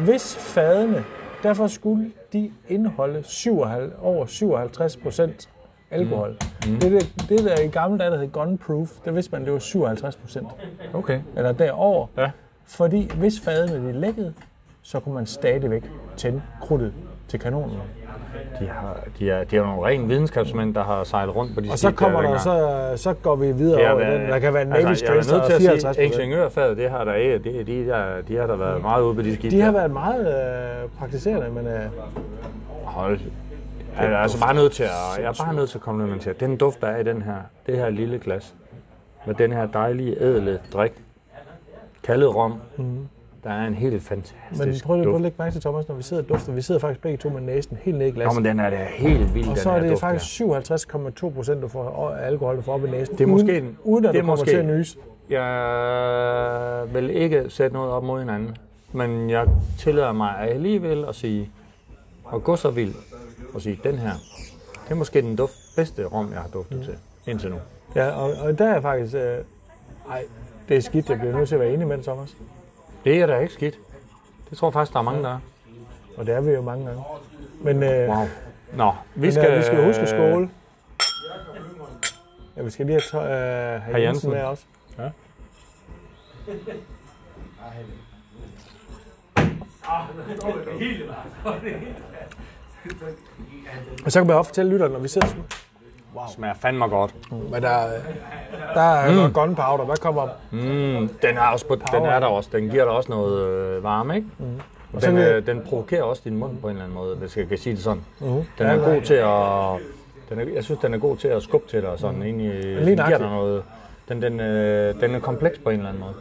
[SPEAKER 1] hvis fadene, derfor skulle de indeholde 57, over 57 procent alkohol. Mm. Mm. Det, er det, det der i gamle dage, der hed gunproof, der vidste man, det var 57 procent,
[SPEAKER 2] Okay.
[SPEAKER 1] eller derover.
[SPEAKER 2] Ja.
[SPEAKER 1] Fordi hvis fadene de lækkede, så kunne man stadigvæk tænde krudtet til kanonen.
[SPEAKER 2] De har, de er, de er nogle rene videnskabsmænd, der har sejlet rundt på de
[SPEAKER 1] Og så kommer der, så, så går vi videre over i den. Der kan være Navy altså,
[SPEAKER 2] jeg er
[SPEAKER 1] Strength,
[SPEAKER 2] nødt
[SPEAKER 1] der
[SPEAKER 2] til
[SPEAKER 1] er 54
[SPEAKER 2] at sige, ingeniørfaget, det har der, ikke- det, de, der, de har der været meget ude på de skibe.
[SPEAKER 1] Mm. De har
[SPEAKER 2] der.
[SPEAKER 1] været meget øh, praktiserende, men øh,
[SPEAKER 2] Hold. Jeg er altså bare nødt til at, jeg er bare nødt til at komplementere. Den duft, der er i den her, det her lille glas, med den her dejlige, ædle drik, kaldet rom, der er en helt
[SPEAKER 1] Mm. men
[SPEAKER 2] fantastisk
[SPEAKER 1] prøv lige prøv at
[SPEAKER 2] duft.
[SPEAKER 1] lægge mærke til, Thomas, når vi sidder og dufter. Vi sidder faktisk begge to med næsen helt ned i
[SPEAKER 2] Nå,
[SPEAKER 1] glasset.
[SPEAKER 2] men den er da helt vild,
[SPEAKER 1] og
[SPEAKER 2] den
[SPEAKER 1] så er
[SPEAKER 2] her
[SPEAKER 1] det
[SPEAKER 2] duft her.
[SPEAKER 1] faktisk 57,2 procent, du får af alkohol, du får op i næsen.
[SPEAKER 2] Det er måske
[SPEAKER 1] uden,
[SPEAKER 2] en-
[SPEAKER 1] uden at
[SPEAKER 2] det
[SPEAKER 1] det
[SPEAKER 2] er
[SPEAKER 1] du kommer
[SPEAKER 2] måske-
[SPEAKER 1] til at nys.
[SPEAKER 2] Jeg vil ikke sætte noget op mod hinanden, men jeg tillader mig alligevel at sige, og gå så vild og sige, den her, det er måske den duft, bedste rom, jeg har duftet til indtil nu.
[SPEAKER 1] Ja, og, og der er faktisk... Øh, ej, det er skidt, jeg bliver nødt til at være enig med dig, Thomas.
[SPEAKER 2] Det er da ikke skidt. Det tror jeg faktisk, der er mange, der er.
[SPEAKER 1] Og det er vi jo mange gange. Men, øh,
[SPEAKER 2] Wow. Nå, vi
[SPEAKER 1] vi, skal,
[SPEAKER 2] skal,
[SPEAKER 1] men, øh, vi skal huske at skåle. Ja, vi skal lige have, to- øh, have
[SPEAKER 2] Jensen.
[SPEAKER 1] Jensen med også. Og så kan man også fortælle lytterne, når vi sidder
[SPEAKER 2] Det smager fandme godt.
[SPEAKER 1] Men der, der er mm. noget gunpowder, der kommer op.
[SPEAKER 2] Mm, den, er også på, den er der også. Den giver dig også noget øh, varme, ikke? Mm. Og den,
[SPEAKER 1] så vil-
[SPEAKER 2] øh, den provokerer også din mund på en eller anden måde, hvis jeg kan sige det sådan.
[SPEAKER 1] Mhm.
[SPEAKER 2] Den er god til at... Den er, jeg synes, den er god til at skubbe til dig og sådan. Ind i, den giver dig
[SPEAKER 1] Mm. nøjagtigt.
[SPEAKER 2] noget... Den, den, øh, den er kompleks på en eller anden måde.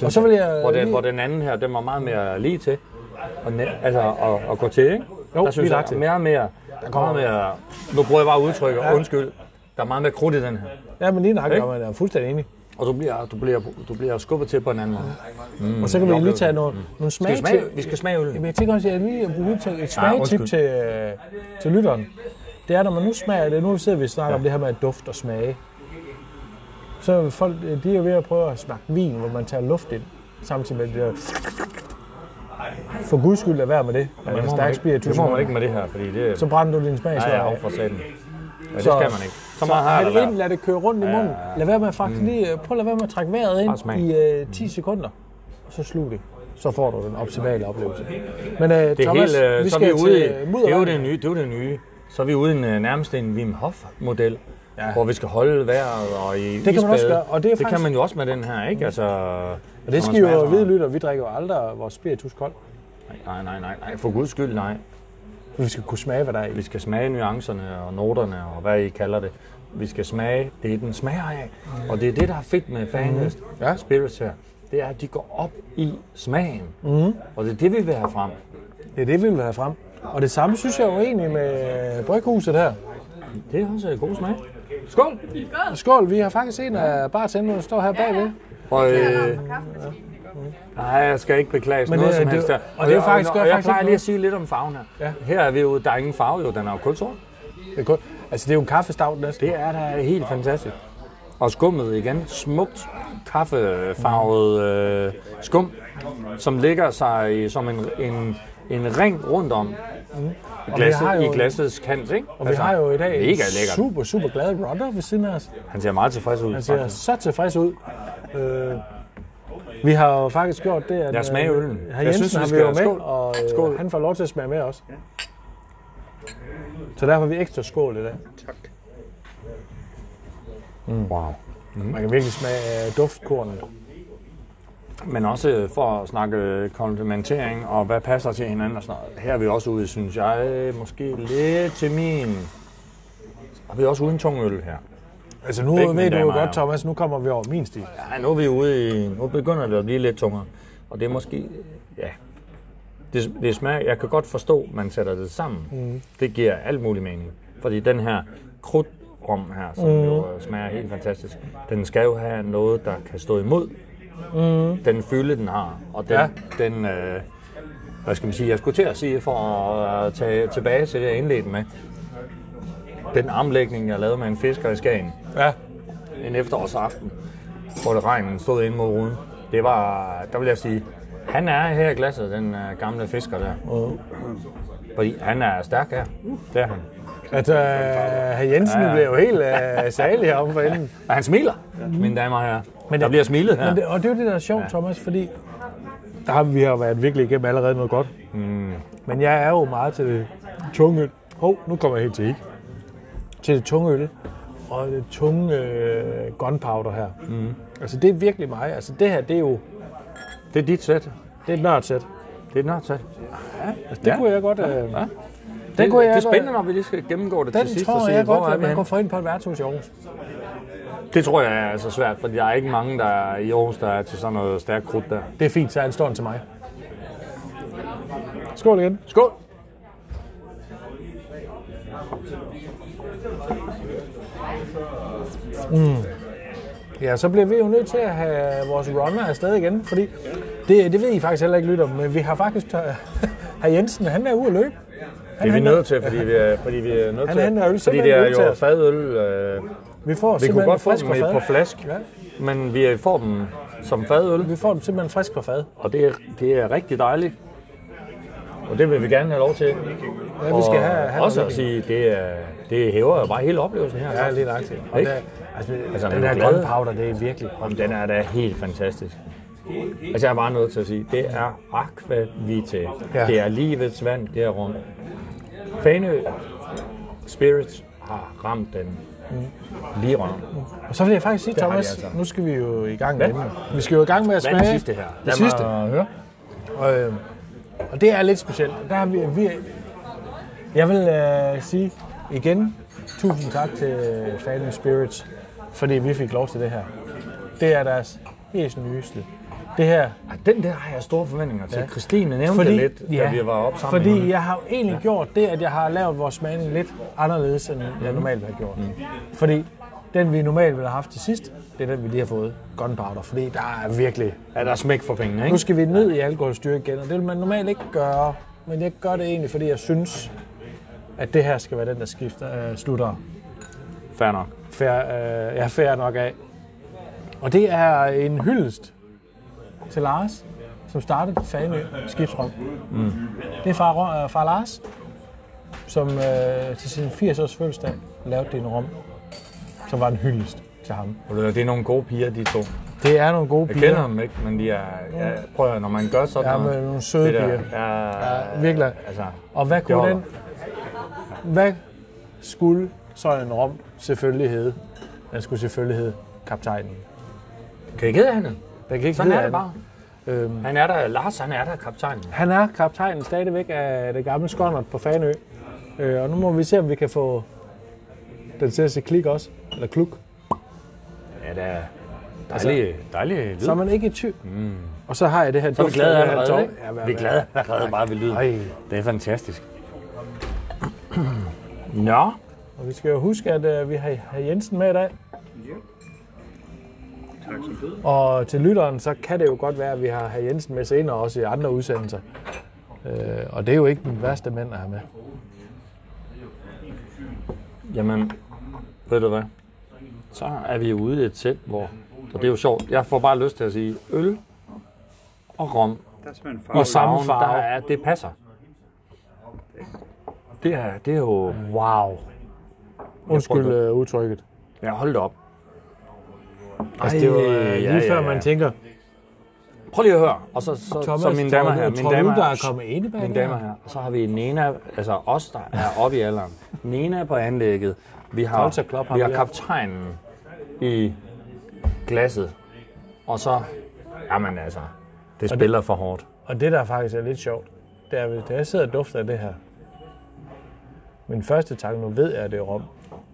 [SPEAKER 1] Ja. Og så vil jeg...
[SPEAKER 2] Hvor den,
[SPEAKER 1] lige-
[SPEAKER 2] hvor den anden her, den var meget mere lige til. Og net, altså, at, at, gå til, ikke?
[SPEAKER 1] Jo,
[SPEAKER 2] der synes
[SPEAKER 1] lige
[SPEAKER 2] jeg,
[SPEAKER 1] nøjagtigt.
[SPEAKER 2] mere og mere... Der kommer mere... Nu bruger jeg bare udtrykket, ja. undskyld. Der er meget mere krudt i den her.
[SPEAKER 1] Ja, men lige nok,
[SPEAKER 2] Ikke?
[SPEAKER 1] og man er fuldstændig enig.
[SPEAKER 2] Og du bliver, du bliver, du bliver skubbet til på en anden måde.
[SPEAKER 1] Mm. Og så kan vi
[SPEAKER 2] jo,
[SPEAKER 1] lige
[SPEAKER 2] det-
[SPEAKER 1] tage nogle, nogle
[SPEAKER 2] Vi
[SPEAKER 1] smag
[SPEAKER 2] skal smage,
[SPEAKER 1] til.
[SPEAKER 2] vi skal smage
[SPEAKER 1] Jamen,
[SPEAKER 2] øl.
[SPEAKER 1] jeg tænker også, at jeg lige vil udtale et smagetip
[SPEAKER 2] undskyld.
[SPEAKER 1] til, øh, til lytteren. Det er, når man nu smager det, nu sidder vi og snakker ja. om det her med duft og smage. Så er folk, øh, de er ved at prøve at smage vin, hvor man tager luft ind, samtidig med det der... For guds skyld, lad være med det. Altså, Ja,
[SPEAKER 2] Det
[SPEAKER 1] det
[SPEAKER 2] må, man
[SPEAKER 1] stærk
[SPEAKER 2] ikke,
[SPEAKER 1] spiritus.
[SPEAKER 2] det må man ikke med det her, fordi det
[SPEAKER 1] Mm. Så brænder du din smag.
[SPEAKER 2] Nej, jeg er for satan. Ja, det skal man ikke. Så meget har
[SPEAKER 1] Lad
[SPEAKER 2] der
[SPEAKER 1] det ind, lad
[SPEAKER 2] været.
[SPEAKER 1] det køre rundt i
[SPEAKER 2] ja,
[SPEAKER 1] munden.
[SPEAKER 2] ja. Mm.
[SPEAKER 1] Lad være med at faktisk lige, øh, prøv at lade være med at trække vejret
[SPEAKER 2] Bare smag.
[SPEAKER 1] ind i øh, 10 sekunder, og så slug det. Så får du den optimale oplevelse. Men øh,
[SPEAKER 2] Det er
[SPEAKER 1] Thomas,
[SPEAKER 2] helt, øh,
[SPEAKER 1] vi
[SPEAKER 2] så er vi
[SPEAKER 1] skal
[SPEAKER 2] ude i,
[SPEAKER 1] til øh,
[SPEAKER 2] det er jo det
[SPEAKER 1] muddervandet.
[SPEAKER 2] nye, det er jo det nye. Så er vi ude i en, øh, nærmest en Wim Hof-model, ja. hvor vi skal holde vejret og i
[SPEAKER 1] Det kan man også gøre, og det er
[SPEAKER 2] det kan
[SPEAKER 1] faktisk- Mm.
[SPEAKER 2] man jo også med den her, ikke? Altså,
[SPEAKER 1] Og det skal I jo vide, lytter, vi drikker jo aldrig vores spiritus kold.
[SPEAKER 2] Nej, nej, nej, nej, for guds skyld, nej.
[SPEAKER 1] Vi skal kunne smage, hvad der er i.
[SPEAKER 2] Vi skal smage nuancerne og noterne og hvad I kalder det. Vi skal smage det, den smager af.
[SPEAKER 1] Mm.
[SPEAKER 2] Og det er det, der er fedt med fanhest ja. spirits her. Det er, at de går op i smagen. Mm. Og det er det, vi vil have frem.
[SPEAKER 1] Det er det, vi vil have frem. Og det samme synes jeg jo egentlig med øh, bryghuset her.
[SPEAKER 2] Det er også god smag. Skål!
[SPEAKER 1] Skål, vi har faktisk en af bartenderne, der står her bagved.
[SPEAKER 2] Og, øh,
[SPEAKER 3] Kaffemaskinen, det går.
[SPEAKER 2] nej, jeg skal ikke beklage
[SPEAKER 1] Men
[SPEAKER 2] noget
[SPEAKER 1] det-
[SPEAKER 2] som
[SPEAKER 1] det-
[SPEAKER 2] helst her.
[SPEAKER 1] og det er jo faktisk-
[SPEAKER 2] og,
[SPEAKER 1] gør
[SPEAKER 2] og, og jeg
[SPEAKER 1] faktisk ikke
[SPEAKER 2] plejer lige
[SPEAKER 1] noget.
[SPEAKER 2] at sige lidt om farven her.
[SPEAKER 1] Ja.
[SPEAKER 2] Her er vi jo, der er ingen farve jo, den er jo kulsort.
[SPEAKER 1] Det er kun, altså, det er jo en kaffestavn næsten.
[SPEAKER 2] Det er da helt fantastisk. Og skummet igen. Smukt kaffefarvet øh, skum, som ligger sig i- som en, en, en ring rundt om i, glasset,
[SPEAKER 1] Mm. har jo-
[SPEAKER 2] i glassets kant. Ikke?
[SPEAKER 1] Og vi har jo i dag en
[SPEAKER 2] Altså, Mega lækkert.
[SPEAKER 1] super, super glad runner ved siden af os.
[SPEAKER 2] Han ser meget tilfreds ud.
[SPEAKER 1] Han ser
[SPEAKER 2] faktisk.
[SPEAKER 1] så tilfreds ud. Øh, vi har jo faktisk gjort det, at...
[SPEAKER 2] Lad os smage
[SPEAKER 1] øh,
[SPEAKER 2] øllen.
[SPEAKER 1] Herr
[SPEAKER 2] Jeg
[SPEAKER 1] Jensen
[SPEAKER 2] synes, vi
[SPEAKER 1] har vi
[SPEAKER 2] skal-
[SPEAKER 1] jo med,
[SPEAKER 2] skål.
[SPEAKER 1] og øh,
[SPEAKER 2] Skål.
[SPEAKER 1] han får lov til at smage med også. Så derfor har vi ekstra skål i dag.
[SPEAKER 2] Mm. Wow.
[SPEAKER 1] Man kan virkelig smage øh, duftkornet.
[SPEAKER 2] Men også for at snakke komplementering og hvad passer til hinanden og sådan noget. Her er vi også ude, synes jeg, måske lidt til min... Og vi er også uden tung øl her.
[SPEAKER 1] Altså nu
[SPEAKER 2] Begge mine
[SPEAKER 1] ved du jo
[SPEAKER 2] damer er
[SPEAKER 1] godt,
[SPEAKER 2] jo-
[SPEAKER 1] Thomas, nu kommer vi over min stil.
[SPEAKER 2] Ja, nu er vi ude i, nu begynder det at blive lidt tungere. Og det er måske, ja, det, det smager, jeg kan godt forstå, man sætter det sammen. Mm. Det giver alt mulig mening. Fordi den her krudtrum her, som mm. jo øh, smager helt fantastisk, den skal jo have noget, der kan stå imod. Mm. Den fylde, den har. Og den,
[SPEAKER 1] Ja.
[SPEAKER 2] ja. den øh, hvad skal man sige, jeg skulle til at sige, for at øh, tage tilbage til det, jeg indledte med. Den armlægning, jeg lavede med en fisker i Skagen,
[SPEAKER 1] Ja.
[SPEAKER 2] en efterårsaften, hvor det regnen stod ind mod ruden. Det var, der vil jeg sige, han er her i glasset, den øh, gamle fisker der. Fordi han er stærk her. Det er han.
[SPEAKER 1] Altså, herr Jensen
[SPEAKER 2] Ja, ja.
[SPEAKER 1] blev jo helt uh, salig heromme for enden.
[SPEAKER 2] Og han smiler, mine damer og herrer. Men der bliver smilet her.
[SPEAKER 1] Men det, og det er jo det, der er sjovt, ja. Thomas, fordi der har vi vi har jo været virkelig igennem allerede noget godt. Mm. Men jeg er jo meget til det tunge øl. Hov, nu kommer jeg helt til ikke. Til det tunge øl og det tunge øh, gunpowder her. Mm. Altså, det er virkelig mig. Altså, det her, det er jo
[SPEAKER 2] det er dit sæt.
[SPEAKER 1] det er et nørdsæt.
[SPEAKER 2] Det er et nødt sæt.
[SPEAKER 1] Altså, det ja.
[SPEAKER 2] Ja.
[SPEAKER 1] kunne jeg godt... Øh, ja. Den
[SPEAKER 2] Det,
[SPEAKER 1] kunne jeg
[SPEAKER 2] det er
[SPEAKER 1] godt-
[SPEAKER 2] spændende, når vi lige skal gennemgå det
[SPEAKER 1] Den
[SPEAKER 2] til sidst. og
[SPEAKER 1] tror
[SPEAKER 2] sige,
[SPEAKER 1] jeg
[SPEAKER 2] hvor
[SPEAKER 1] godt,
[SPEAKER 2] er
[SPEAKER 1] at
[SPEAKER 2] vi
[SPEAKER 1] man
[SPEAKER 2] henne?
[SPEAKER 1] kunne få ind på et værtshus i Aarhus.
[SPEAKER 2] Det tror jeg er altså svært, for der er ikke mange der er i Aarhus, der er til sådan noget stærkt krudt der.
[SPEAKER 1] Det er fint, så er en stående til mig. Skål igen.
[SPEAKER 2] Skål!
[SPEAKER 1] Ja, så bliver vi jo nødt til at have vores runner afsted igen, fordi det, det ved I faktisk heller ikke lytter, men vi har faktisk... Herr Jensen, han er ude at løbe.
[SPEAKER 2] Det er vi nødt til, fordi vi er, fordi vi er nødt
[SPEAKER 1] Han
[SPEAKER 2] til.
[SPEAKER 1] henter øl,
[SPEAKER 2] fordi
[SPEAKER 1] simpelthen
[SPEAKER 2] det
[SPEAKER 1] nødt til
[SPEAKER 2] er jo
[SPEAKER 1] at-
[SPEAKER 2] fadøl. Øh,
[SPEAKER 1] Vi får
[SPEAKER 2] vi kunne
[SPEAKER 1] simpelthen
[SPEAKER 2] godt få
[SPEAKER 1] frisk
[SPEAKER 2] dem
[SPEAKER 1] fra
[SPEAKER 2] i-
[SPEAKER 1] fad.
[SPEAKER 2] på flask,
[SPEAKER 1] Ja,
[SPEAKER 2] men vi får dem som fadøl,
[SPEAKER 1] vi får dem simpelthen frisk på fad.
[SPEAKER 2] og det er, det er rigtig dejligt. Og det vil vi gerne have lov til.
[SPEAKER 1] Ja, vi skal
[SPEAKER 2] og
[SPEAKER 1] have, have
[SPEAKER 2] også
[SPEAKER 1] noget
[SPEAKER 2] at
[SPEAKER 1] vin.
[SPEAKER 2] sige, det, er, det hæver jo bare hele oplevelsen her.
[SPEAKER 1] Ja, lige nøjagtigt. Og
[SPEAKER 2] Ikke?
[SPEAKER 1] der, altså, altså,
[SPEAKER 2] vi
[SPEAKER 1] den
[SPEAKER 2] er
[SPEAKER 1] der
[SPEAKER 2] glade.
[SPEAKER 1] gunpowder, det er virkelig...
[SPEAKER 2] Jamen, den er da helt fantastisk. Altså, jeg er bare nødt til at sige, det er aqua vitae.
[SPEAKER 1] Ja.
[SPEAKER 2] Ja. Det er livets vand, det er rum. Fanø Spirits har ramt den lige røven.
[SPEAKER 1] Og så vil jeg faktisk sige,
[SPEAKER 2] Det har de
[SPEAKER 1] Thomas,
[SPEAKER 2] altså.
[SPEAKER 1] nu skal vi jo i gang med
[SPEAKER 2] Hvad?
[SPEAKER 1] emnet. Vi skal jo i gang med at
[SPEAKER 2] Hvad
[SPEAKER 1] smage...
[SPEAKER 2] er det sidste her?
[SPEAKER 1] Det sidste.
[SPEAKER 2] høre.
[SPEAKER 1] Og, øh, og det er lidt specielt. Der har vi, vi, jeg vil øh, sige igen, tusind tak til Fading Spirits, fordi vi fik lov til det her. Det er deres helt nyeste. Det her,
[SPEAKER 2] Ej, den der har jeg store forventninger til.
[SPEAKER 1] Ja.
[SPEAKER 2] Ja. Christine nævnte fordi,
[SPEAKER 1] fordi,
[SPEAKER 2] lidt, da vi var oppe sammen. med
[SPEAKER 1] fordi
[SPEAKER 2] hende.
[SPEAKER 1] jeg har jo egentlig ja. gjort det, at jeg har lavet vores smagning lidt anderledes, end
[SPEAKER 2] Mhm.
[SPEAKER 1] jeg normalt har gjort. Mm. Fordi den, vi normalt ville have haft til sidst, det er den, vi lige har fået, gunpowder. Fordi der er virkelig
[SPEAKER 2] Ja, der er smæk for pengene,
[SPEAKER 1] Nu
[SPEAKER 2] ikke?
[SPEAKER 1] skal vi ned i alkoholstyre igen, og det vil man normalt ikke gøre. Men jeg gør det egentlig, fordi jeg synes, at det her skal være den, der skifter, øh, slutter
[SPEAKER 2] Fair nok.
[SPEAKER 1] færre, øh, ja, færre nok af. Og det er en hyldest til Lars, som startede på Fanø Skibsrum. Mm. Det er far, Ro- øh, far Lars, som øh, til sin 80-års fødselsdag lavede det i en rum, som var en hyldest til ham.
[SPEAKER 2] Og det er- det er nogle gode piger, de to.
[SPEAKER 1] Det er nogle gode
[SPEAKER 2] Jeg
[SPEAKER 1] piger.
[SPEAKER 2] kender dem ikke, men de er... Ja, prøv at høre, når man gør sådan
[SPEAKER 1] Ja,
[SPEAKER 2] noget...
[SPEAKER 1] men nogle søde
[SPEAKER 2] det der,
[SPEAKER 1] piger.
[SPEAKER 2] Ja,
[SPEAKER 1] Ja, virkelig.
[SPEAKER 2] Altså,
[SPEAKER 1] Og hvad kunne
[SPEAKER 2] Joller.
[SPEAKER 1] den... Hvad skulle sådan en rom selvfølgelig hedde? Den skulle selvfølgelig hedde kaptajnen.
[SPEAKER 2] Kan ikke hedde andet?
[SPEAKER 1] Den kan ikke
[SPEAKER 2] Sådan
[SPEAKER 1] hedde
[SPEAKER 2] er det bare.
[SPEAKER 1] andet. Øhm,
[SPEAKER 2] Han er der, Lars han er der, kaptajnen.
[SPEAKER 1] han er kaptajnen stadigvæk af det gamle skåndert på Fanø. Øh, og nu må vi se, om vi kan få den til at se klik også. Eller kluk.
[SPEAKER 2] Ja, det er dejlig, dejlig lyd.
[SPEAKER 1] Så er man ikke i tvivl. Mm. Og så har jeg det her...
[SPEAKER 2] Så er vi glade allerede, ikke?
[SPEAKER 1] Ja,
[SPEAKER 2] Vi er glade allerede bare ved lyden.
[SPEAKER 1] Ej.
[SPEAKER 2] Det er fantastisk. Nå,
[SPEAKER 1] Og vi skal jo huske, at øh, vi har har Jensen med i dag. Og til lytteren, så kan det jo godt være, at vi har herr Jensen med senere også i andre udsendelser. Øh, og det er jo ikke den værste mand at have med.
[SPEAKER 2] jamen, ved du hvad? Så er vi ude i et sæt, hvor... Og det er jo sjovt. Jeg får bare lyst til at sige øl og rom.
[SPEAKER 4] Der er simpelthen
[SPEAKER 2] Og
[SPEAKER 4] farve.
[SPEAKER 1] samme
[SPEAKER 2] farven,
[SPEAKER 1] farve.
[SPEAKER 2] Der er, det passer. Det er, det er jo...
[SPEAKER 1] Wow. Undskyld øh, udtrykket.
[SPEAKER 2] Ja, hold da op.
[SPEAKER 1] Altså, det er jo øh,
[SPEAKER 2] Ej,
[SPEAKER 1] lige
[SPEAKER 2] ja, ja,
[SPEAKER 1] før
[SPEAKER 2] ja.
[SPEAKER 1] man tænker,
[SPEAKER 2] Prøv lige at høre. Og så, så,
[SPEAKER 1] Thomas,
[SPEAKER 2] så mine damer
[SPEAKER 1] tror,
[SPEAKER 2] her.
[SPEAKER 1] du,
[SPEAKER 2] Mine
[SPEAKER 1] tror
[SPEAKER 2] damer
[SPEAKER 1] du, altså, der
[SPEAKER 2] her.
[SPEAKER 1] er kommet ene bag
[SPEAKER 2] Mine damer her. Og så har vi Nena, altså os, der er oppe i alderen. Nena på anlægget. Vi
[SPEAKER 1] Tolta
[SPEAKER 2] har,
[SPEAKER 1] Club har
[SPEAKER 2] vi
[SPEAKER 1] vi
[SPEAKER 2] har
[SPEAKER 1] her.
[SPEAKER 2] kaptajnen i glasset. Og så... Jamen altså, det spiller for hårdt.
[SPEAKER 1] Og det, der faktisk er lidt sjovt, det er, at da jeg sidder og dufter af det her, min første tanke, nu ved jeg, at det er rom,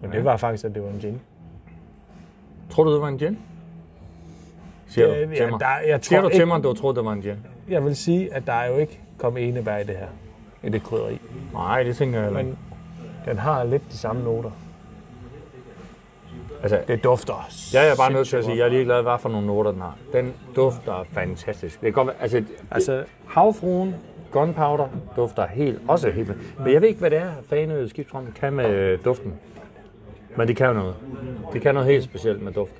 [SPEAKER 1] men det var faktisk, at det var en gin.
[SPEAKER 2] Tror du, det var en gin? Siger du
[SPEAKER 1] ja,
[SPEAKER 2] til mig?
[SPEAKER 1] der- jeg
[SPEAKER 2] Siger
[SPEAKER 1] tror
[SPEAKER 2] du til
[SPEAKER 1] ikke-
[SPEAKER 2] mig, du troede, det var en gin?
[SPEAKER 1] Jeg vil sige, at der er jo ikke kommet enebær i det her, i det krydderi.
[SPEAKER 2] Nej, det tænker jeg heller ikke.
[SPEAKER 1] Men den har lidt de samme noter.
[SPEAKER 2] Altså,
[SPEAKER 1] Det dufter.
[SPEAKER 2] jeg er bare nødt til at sige, at jeg er ligeglad, hvad for nogle noter den har. Den dufter fantastisk. Det kan godt, være- altså, altså, havfruen, gunpowder, dufter helt, også helt vildt. Men jeg ved ikke, hvad det er, fanøet skibsrum kan med øh, duften. Men det kan jo noget. Det kan noget helt specielt med duft.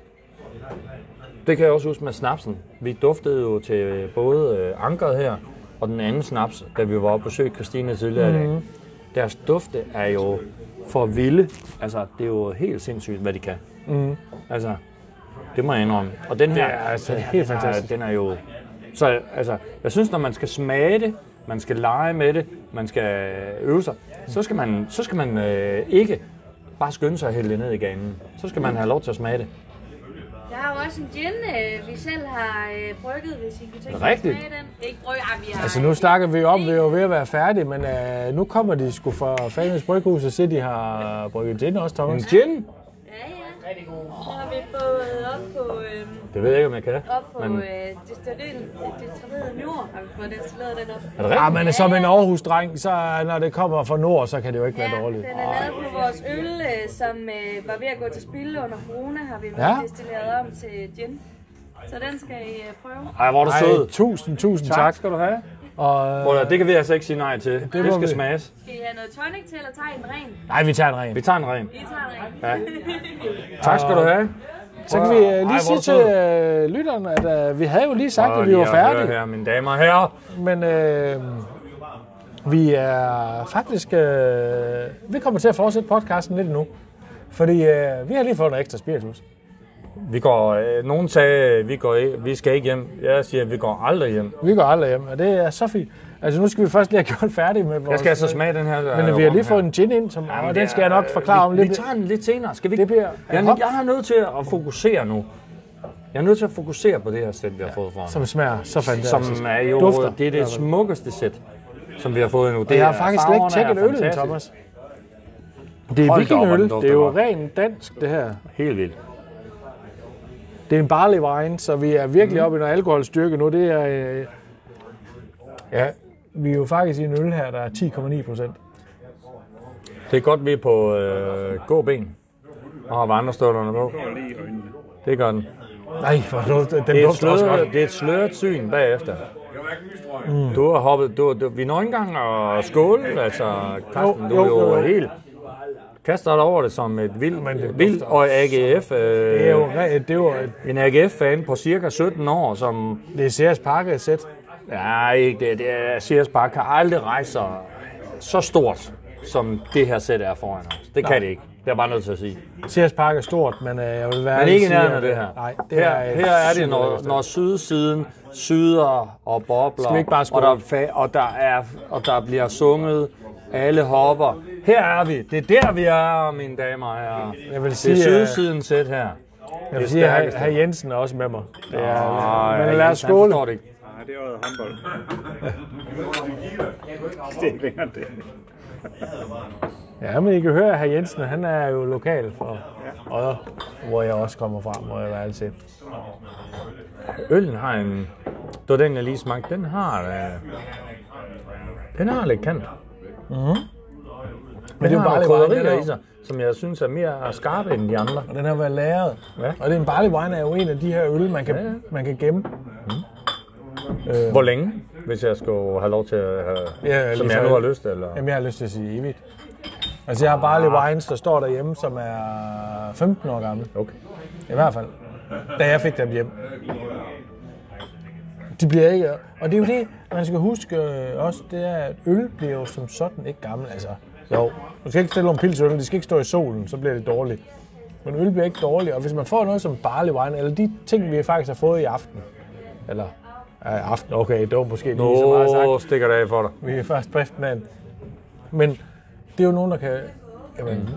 [SPEAKER 2] Det kan jeg også huske med snapsen. Vi duftede jo til både øh, ankeret her og den anden snaps, da vi var oppe og besøge Christine tidligere i
[SPEAKER 1] Mhm.
[SPEAKER 2] dag. Deres dufte er jo for vilde. Altså, det er jo helt sindssygt, hvad de kan. Altså, det må jeg indrømme. Og den her,
[SPEAKER 1] Mhm. Det er altså
[SPEAKER 2] den her,
[SPEAKER 1] helt
[SPEAKER 2] den er-
[SPEAKER 1] fantastisk.
[SPEAKER 2] Den er jo... Så altså, jeg synes, når man skal smage det, man skal lege med det, man skal øve sig, så skal man, så skal man øh, ikke bare skynde sig at hælde det ned i ganen. Så skal man have lov til at smage det.
[SPEAKER 4] Jeg har jo også en gin, øh, vi selv har øh, brygget, hvis I kunne tænke jer at
[SPEAKER 2] Rigtigt.
[SPEAKER 4] smage den. Ikke bryg, ej, vi har...
[SPEAKER 1] Altså nu snakker vi om, vi er jo ved at være færdige, men uh, nu kommer de sgu fra Fanes Bryghus og siger, de har brygget gin også,
[SPEAKER 2] En
[SPEAKER 1] Thomas.
[SPEAKER 2] gin?
[SPEAKER 4] Ja, ja. Så har vi fået op på, øh,
[SPEAKER 2] Det ved jeg ikke, om jeg kan.
[SPEAKER 4] op på
[SPEAKER 2] Men-
[SPEAKER 4] øh, det steril, det steril njord, har vi fået installeret den op.
[SPEAKER 2] Er det rigtigt?
[SPEAKER 1] Ja, Ah, men som en Aarhus-dreng, så når det kommer fra nord, så kan det jo ikke være dårligt.
[SPEAKER 4] den er lavet på vores øl, øh, som øh, var ved at gå til spil under corona, har vi
[SPEAKER 1] Ja.
[SPEAKER 4] ja. destilleret om til gin. Så den skal I øh, prøve.
[SPEAKER 2] Ej, hvor er du sød.
[SPEAKER 1] Ej, tusind, tusind
[SPEAKER 2] Tak
[SPEAKER 1] tak.
[SPEAKER 2] skal du have.
[SPEAKER 1] Og,
[SPEAKER 2] Prøv, at- det kan vi altså ikke sige nej til. Det,
[SPEAKER 1] må
[SPEAKER 2] det skal
[SPEAKER 1] vi.
[SPEAKER 2] smages.
[SPEAKER 4] Skal I have noget tonic til, eller tager I en ren?
[SPEAKER 1] nej, vi tager en ren.
[SPEAKER 2] Vi tager en ren.
[SPEAKER 4] I tager en ren.
[SPEAKER 2] Ja. Tak skal du have.
[SPEAKER 1] Så kan vi øh,
[SPEAKER 2] Ej,
[SPEAKER 1] lige
[SPEAKER 2] hvor er
[SPEAKER 1] sige
[SPEAKER 2] du
[SPEAKER 1] til øh, lytterne, at øh, vi havde jo lige sagt,
[SPEAKER 2] Og
[SPEAKER 1] at vi var
[SPEAKER 2] lige at høre
[SPEAKER 1] færdige.
[SPEAKER 2] Her, mine damer og herrer.
[SPEAKER 1] Men øh, vi er faktisk... Øh, vi kommer til at fortsætte podcasten lidt nu. Fordi øh, vi har lige fået noget ekstra spiritus.
[SPEAKER 2] Vi går, øh, nogen sagde, øh, vi, går, i- vi skal ikke hjem. Jeg siger, vi går aldrig hjem.
[SPEAKER 1] Vi går aldrig hjem, og det er så fint. Altså nu skal vi først lige have gjort færdig med vores... øh,
[SPEAKER 2] Jeg skal altså smage den her. der
[SPEAKER 1] Men
[SPEAKER 2] er
[SPEAKER 1] vi har
[SPEAKER 2] rom
[SPEAKER 1] lige fået
[SPEAKER 2] her.
[SPEAKER 1] en gin ind, som, og
[SPEAKER 2] Jamen, det
[SPEAKER 1] den
[SPEAKER 2] er- øh,
[SPEAKER 1] skal jeg nok forklare
[SPEAKER 2] vi,
[SPEAKER 1] om lidt.
[SPEAKER 2] Vi tager den lidt senere. Skal vi
[SPEAKER 1] Det
[SPEAKER 2] ikke?
[SPEAKER 1] bliver-
[SPEAKER 2] jeg,
[SPEAKER 1] hop.
[SPEAKER 2] jeg er nødt til at fokusere nu. Jeg er nødt til at fokusere på det her sæt, vi har fået foran.
[SPEAKER 1] Som smager så fantastisk.
[SPEAKER 2] som er jo øh,
[SPEAKER 1] Dufter.
[SPEAKER 2] det, er det smukkeste sæt, som vi har fået nu. Det
[SPEAKER 1] Og jeg har
[SPEAKER 2] er-
[SPEAKER 1] faktisk slet ikke
[SPEAKER 2] farverne er
[SPEAKER 1] tjekket øllen,
[SPEAKER 2] fantastiske.
[SPEAKER 1] Thomas. Det er
[SPEAKER 2] Hold da op, hvor
[SPEAKER 1] vikingøl.
[SPEAKER 2] den
[SPEAKER 1] Det
[SPEAKER 2] dufter
[SPEAKER 1] er jo
[SPEAKER 2] godt.
[SPEAKER 1] rent dansk, det her.
[SPEAKER 2] Helt vildt.
[SPEAKER 1] Det er en barley wine, så vi er
[SPEAKER 2] Mhm.
[SPEAKER 1] virkelig oppe i noget alkoholstyrke nu. Det er, øh,
[SPEAKER 2] Ja,
[SPEAKER 1] vi er jo faktisk i en øl her, der er 10,9 procent.
[SPEAKER 2] det er godt, vi er på øh, god ben og har vandrestøvlerne på. Det gør den.
[SPEAKER 1] Nej, for den
[SPEAKER 2] Det er, et
[SPEAKER 1] dufter også
[SPEAKER 2] sløret,
[SPEAKER 1] godt.
[SPEAKER 2] det er et sløret syn bagefter. Mm. Du har hoppet, du, du, vi når ikke engang at skåle, altså Carsten,
[SPEAKER 1] Jo,
[SPEAKER 2] du
[SPEAKER 1] jo,
[SPEAKER 2] er jo,
[SPEAKER 1] jo, jo.
[SPEAKER 2] helt kaster dig over det som et vildt,
[SPEAKER 1] Men det
[SPEAKER 2] vildt og AGF, øh,
[SPEAKER 1] Det er jo, re- det er jo et-
[SPEAKER 2] en AGF-fan på cirka 17 år, som,
[SPEAKER 1] det er Sears Parke sæt.
[SPEAKER 2] nej, ikke det, det er, Sears Park kan aldrig rejse sig så stort, som det her sæt er foran os. Det kan det ikke. Det er jeg bare nødt til at sige.
[SPEAKER 1] Sears Park er stort, men øh, jeg vil være...
[SPEAKER 2] Men
[SPEAKER 1] ærlig
[SPEAKER 2] ikke i
[SPEAKER 1] at sige,
[SPEAKER 2] nærheden af
[SPEAKER 1] at-
[SPEAKER 2] det her.
[SPEAKER 1] Nej, det
[SPEAKER 2] her,
[SPEAKER 1] er... et
[SPEAKER 2] her er det,
[SPEAKER 1] super
[SPEAKER 2] når,
[SPEAKER 1] lækkert
[SPEAKER 2] når sydsiden syder og bobler,
[SPEAKER 1] Skal vi ikke bare
[SPEAKER 2] og,
[SPEAKER 1] skåle?
[SPEAKER 2] der, fa- og, der er, og der bliver sunget, alle hopper. Her er vi. Det er der, vi er, mine damer og herrer.
[SPEAKER 1] Jeg vil
[SPEAKER 2] Det er
[SPEAKER 1] sige, at,
[SPEAKER 2] sydsiden sæt her.
[SPEAKER 1] jeg vil
[SPEAKER 2] det
[SPEAKER 1] sige, at
[SPEAKER 2] stærkeste.
[SPEAKER 1] herr Jensen er også med mig. Det er,
[SPEAKER 2] Ej,
[SPEAKER 1] men lad os
[SPEAKER 2] han forstår
[SPEAKER 1] skåle.
[SPEAKER 2] det ikke.
[SPEAKER 5] Nej, det er jo håndbold. det er ikke længere end det.
[SPEAKER 1] Ja, men I kan høre, at herr Jensen, han er jo lokal for Odder, hvor jeg også kommer fra, må jeg være ærlig til.
[SPEAKER 2] Øllen har en... Det var den, jeg lige smagte. Den har... Øh, den har lidt kant. Mm-hmm. Men det er jo bare
[SPEAKER 1] lidt
[SPEAKER 2] krydderier
[SPEAKER 1] vejen,
[SPEAKER 2] i sig, som jeg synes er mere skarpe end de andre.
[SPEAKER 1] Og den har været lagret.
[SPEAKER 2] Ja.
[SPEAKER 1] Og det er en barley wine er jo en af de her øl, man kan,
[SPEAKER 2] Ja, ja.
[SPEAKER 1] man kan gemme.
[SPEAKER 2] Hvor længe, hvis jeg skulle have lov til at have,
[SPEAKER 1] Ja,
[SPEAKER 2] ja, som
[SPEAKER 1] ligesom-
[SPEAKER 2] jeg nu har lyst til? Eller?
[SPEAKER 1] Jamen, jeg har lyst til at sige evigt. Altså, jeg har barley
[SPEAKER 2] Ah.
[SPEAKER 1] wines, der står derhjemme, som er 15 år gammel.
[SPEAKER 2] Okay.
[SPEAKER 1] I hvert fald. Da jeg fik dem hjem. De bliver ikke... Og det er jo det, man skal huske øh, også, det er, at øl bliver jo som sådan ikke gammel. Altså, jo, du skal ikke stille nogle pilsøl, de skal ikke stå i solen, så bliver det dårligt. Men øl bliver ikke dårligt, og hvis man får noget som barley wine, eller de ting, vi faktisk har fået i aften, eller ja, i aften, okay, det var måske lige så meget sagt.
[SPEAKER 2] Nå, stikker det af for dig.
[SPEAKER 1] Vi er først på eftermiddagen. Men det er jo nogen, der kan... Jamen,
[SPEAKER 2] Mhm.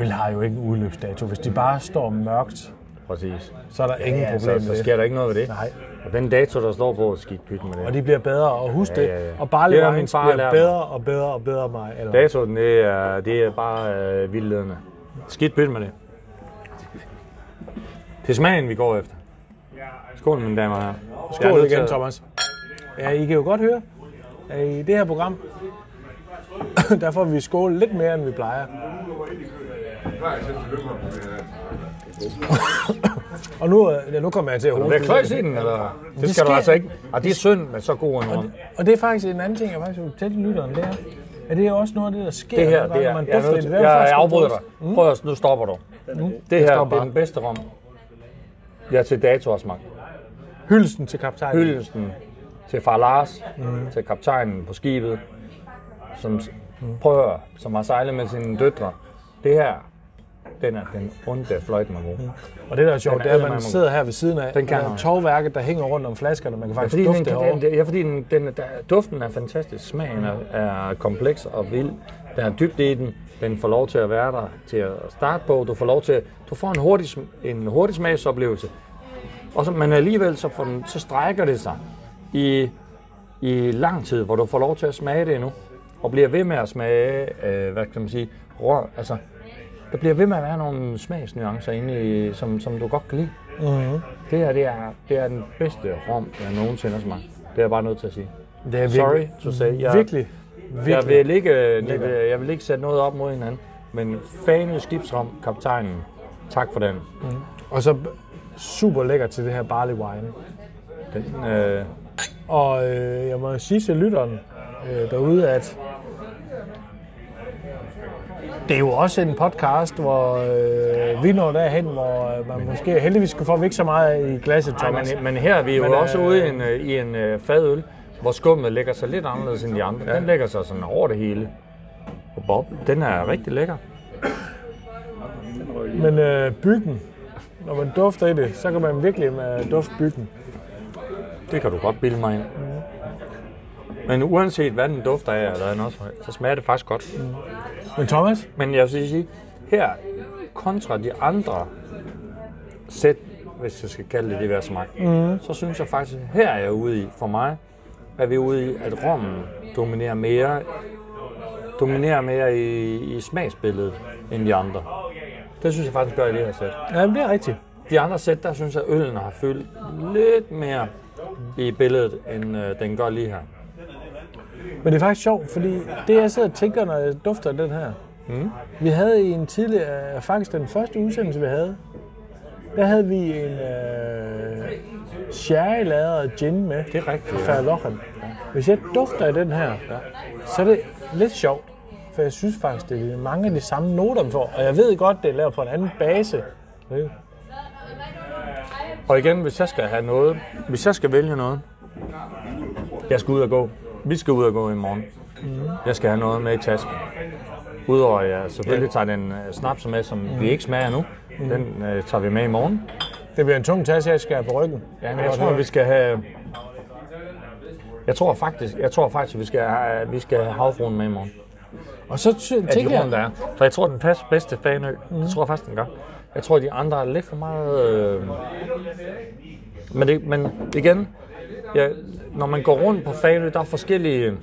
[SPEAKER 1] øl har jo ikke en udløbsdato. Hvis de bare står mørkt,
[SPEAKER 2] Præcis.
[SPEAKER 1] så er der ingen
[SPEAKER 2] Ja,
[SPEAKER 1] problem
[SPEAKER 2] så,
[SPEAKER 1] med
[SPEAKER 2] så
[SPEAKER 1] det.
[SPEAKER 2] sker der ikke noget ved det.
[SPEAKER 1] Nej.
[SPEAKER 2] Og den dato, der står på, skidt pyt med det.
[SPEAKER 1] Og de bliver bedre, og husk det.
[SPEAKER 2] Ja, ja, ja.
[SPEAKER 1] Og bare
[SPEAKER 2] Det har
[SPEAKER 1] lidt
[SPEAKER 2] min
[SPEAKER 1] min
[SPEAKER 2] far
[SPEAKER 1] far bliver
[SPEAKER 2] lært mig.
[SPEAKER 1] bedre og bedre og bedre mig. Eller,
[SPEAKER 2] Datoen, det er, det er bare øh, vildledende. Skidt pyt med det. Det er smagen, vi går efter. Skål, mine damer og herrer. Jeg er
[SPEAKER 1] Skål
[SPEAKER 2] nødt til
[SPEAKER 1] igen,
[SPEAKER 2] at-
[SPEAKER 1] Thomas. Ja, I kan jo godt høre, at i det her program, der får vi skål lidt mere, end vi plejer. Og nu, øh, ja, nu kommer jeg til at
[SPEAKER 2] Er du
[SPEAKER 1] hovedet.
[SPEAKER 2] ved kløjs i den, eller? Det skal du altså ikke. Og det er synd med så god en rom.
[SPEAKER 1] Og det er faktisk en anden ting, jeg faktisk vil fortælle lytteren, det er, at det er også noget af det, der sker.
[SPEAKER 2] Det her,
[SPEAKER 1] nogle gange,
[SPEAKER 2] det
[SPEAKER 1] når
[SPEAKER 2] er,
[SPEAKER 1] man
[SPEAKER 2] jeg, er
[SPEAKER 1] dufter
[SPEAKER 2] nødt,
[SPEAKER 1] i
[SPEAKER 2] til-
[SPEAKER 1] det. Hvad er det faktisk,
[SPEAKER 2] jeg afbryder
[SPEAKER 1] man
[SPEAKER 2] dig. Prøv at, nu stopper du. Det
[SPEAKER 1] stopper
[SPEAKER 2] her, det er
[SPEAKER 1] bare.
[SPEAKER 2] den bedste rom. Jeg er til datorsmagt.
[SPEAKER 1] dufter? Hyldelsen til kaptajnen.
[SPEAKER 2] hyldelsen til far Lars, mm. til kaptajnen på skibet, som prøver, som har sejlet med sine døtre. Det her, den er den onde fløjten man bruger.
[SPEAKER 1] Og det, der er sjovt,
[SPEAKER 2] Den er
[SPEAKER 1] det er, at
[SPEAKER 2] eddermame
[SPEAKER 1] man
[SPEAKER 2] god.
[SPEAKER 1] sidder her ved siden af,
[SPEAKER 2] Den
[SPEAKER 1] den
[SPEAKER 2] kan
[SPEAKER 1] kan og der er
[SPEAKER 2] han.
[SPEAKER 1] tovværket, der hænger rundt om flaskerne. Man kan
[SPEAKER 2] Ja,
[SPEAKER 1] faktisk
[SPEAKER 2] fordi den,
[SPEAKER 1] dufte herovre.
[SPEAKER 2] den, den, ja, fordi den, den, der, duften er fantastisk, smagen er, er kompleks og vild. Der er dybde i den, den får lov til at være der til at starte på. Du får lov til, at- du får en hurtig, sm- en hurtig smagsoplevelse. Og så, men alligevel så, får den, så strækker det sig i, i lang tid, hvor du får lov til at smage det endnu. Og bliver ved med at smage, øh, hvad kan man sige, rør, altså, der bliver ved med at være nogle smagsnuancer inde i, som, som du godt kan lide. Det her, det er, det er den bedste rom, jeg nogensinde har smagt. Det er jeg bare nødt til at sige.
[SPEAKER 1] Det er virkelig,
[SPEAKER 2] Sorry to say. Jeg,
[SPEAKER 1] virkelig,
[SPEAKER 2] jeg,
[SPEAKER 1] virkelig.
[SPEAKER 2] vil ikke, jeg, vil, jeg vil ikke sætte noget op mod hinanden, men fane skibsrom, kaptajnen, tak for den.
[SPEAKER 1] Og så super lækker til det her barley wine.
[SPEAKER 2] den øh,
[SPEAKER 1] Og øh, jeg må jo sige til lytteren øh, derude, at det er jo også en podcast, hvor øh, vi når derhen, hvor øh, man måske heldigvis skulle få ikke så meget i glasset,
[SPEAKER 2] ej,
[SPEAKER 1] Thomas.
[SPEAKER 2] men, men her er vi jo
[SPEAKER 1] Men,
[SPEAKER 2] men,
[SPEAKER 1] øh,
[SPEAKER 2] også ude i en, øh, i en øh, fadøl, hvor skummet lægger sig lidt anderledes end de andre. Den lægger sig sådan over det hele. Og Bob, den er rigtig lækker.
[SPEAKER 1] Men øh, byggen, når man dufter i det, så kan man virkelig øh, dufte byggen.
[SPEAKER 2] Det kan du godt bilde mig ind. Men uanset hvad den dufter af, eller den også, så smager det faktisk godt.
[SPEAKER 1] Men Thomas,
[SPEAKER 2] Men jeg vil sige, her kontra de andre sæt, hvis jeg skal kalde det det værd smagt, mm. så synes jeg faktisk, her er jeg ude i, for mig, er vi ude i, at rommen dominerer mere, dominerer mere i, i smagsbilledet end de andre. Det synes jeg faktisk gør i det her sæt.
[SPEAKER 1] ja, det er rigtigt.
[SPEAKER 2] De andre sæt, der synes jeg, at øllen har fyldt lidt mere i billedet, end øh, den gør lige her.
[SPEAKER 1] Men det er faktisk sjovt, fordi det jeg sidder og tænker, når jeg dufter den her. Mm. Vi havde i en tidligere, øh, faktisk den første udsendelse vi havde, der havde vi en øh, sherry og gin med.
[SPEAKER 2] Det er rigtigt, ja.
[SPEAKER 1] Farlochen. Hvis jeg dufter af den her, så er det lidt sjovt. For jeg synes faktisk, det er mange af de samme noter, vi får. Og jeg ved godt, det er lavet på en anden base.
[SPEAKER 2] Og igen, hvis jeg skal have noget, hvis jeg skal vælge noget, jeg skal ud og gå. Vi skal ud og gå i morgen. Jeg skal have noget med i tasken. Udover at jeg selvfølgelig tager den øh, snaps med, som vi ikke smager nu. Den øh, tager vi med i morgen.
[SPEAKER 1] Det bliver en tung taske, jeg skal have på ryggen.
[SPEAKER 2] Ja, men jeg tror, vi skal have... Jeg tror faktisk, jeg tror faktisk, vi skal have, vi skal have havfruen med i morgen.
[SPEAKER 1] Og så ty-
[SPEAKER 2] Af de
[SPEAKER 1] tænker jeg,
[SPEAKER 2] rum, der er. For jeg tror, den passer bedst til Fanø. Mm. Det tror jeg faktisk, den gør. Jeg tror, de andre er lidt for meget... Øh... Men, det, men igen, ja, når man går rundt på Fanø, der er forskellige...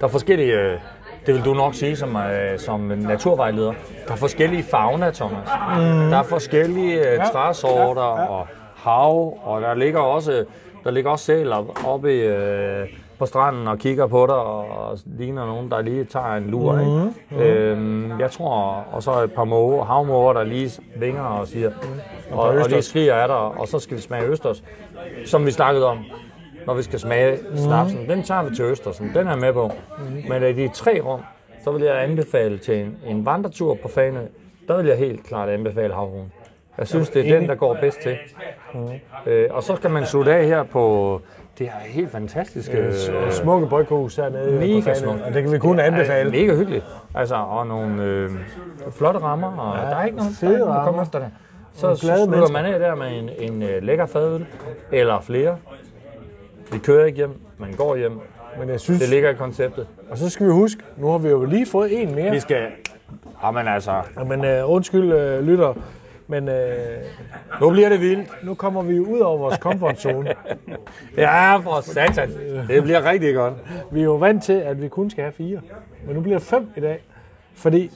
[SPEAKER 2] Der er forskellige... Øh... Det vil du nok sige som, øh, som naturvejleder. Der er forskellige fauna, Thomas. Mm. Der er forskellige øh, træsorter ja, ja, og hav, og der ligger også, der ligger også sæler oppe i, øh, på stranden og kigger på dig, og ligner nogen, der lige tager en lur. Mm. Ikke? Øhm, jeg tror, og så et par måger, havmåger, der lige vinger og siger, og, og, lige
[SPEAKER 1] østers.
[SPEAKER 2] skriger af dig, og så skal vi smage østers, som vi snakkede om. Når vi skal smage snapsen, den tager vi til Østersen, den er jeg med på.
[SPEAKER 1] Mhm.
[SPEAKER 2] Men af de tre rum, så vil jeg anbefale til en, en vandretur på Fanø, der vil jeg helt klart anbefale havhunden. Jeg synes, det er den, der går bedst til.
[SPEAKER 1] Mhm.
[SPEAKER 2] Øh, og så skal man slutte af her på det her helt fantastiske...
[SPEAKER 1] Øh, smukke bryghus hernede
[SPEAKER 2] Mega
[SPEAKER 1] på Fanø,
[SPEAKER 2] smukt.
[SPEAKER 1] og det kan vi kun anbefale.
[SPEAKER 2] øh, mega hyggeligt. Altså, og nogle øh, flotte rammer, og ja, der er ikke nogen, der er
[SPEAKER 1] fede
[SPEAKER 2] ikke nogen, der
[SPEAKER 1] rammer.
[SPEAKER 2] kommer efter det. Så
[SPEAKER 1] glade
[SPEAKER 2] slutter man af der med en, en øh, lækker fadøl, eller flere. Vi kører ikke hjem, man går hjem.
[SPEAKER 1] Men jeg synes,
[SPEAKER 2] Det ligger i konceptet.
[SPEAKER 1] og så skal vi huske, nu har vi jo lige fået en mere.
[SPEAKER 2] Vi skal... Jamen altså,
[SPEAKER 1] Men øh, undskyld, øh, lytter, men øh,
[SPEAKER 2] nu bliver det vildt.
[SPEAKER 1] nu kommer vi jo ud over vores komfortzone.
[SPEAKER 2] Ja, for satan. Det bliver rigtig godt.
[SPEAKER 1] Vi er jo vant til, at vi kun skal have fire, men nu bliver det fem i dag. Fordi,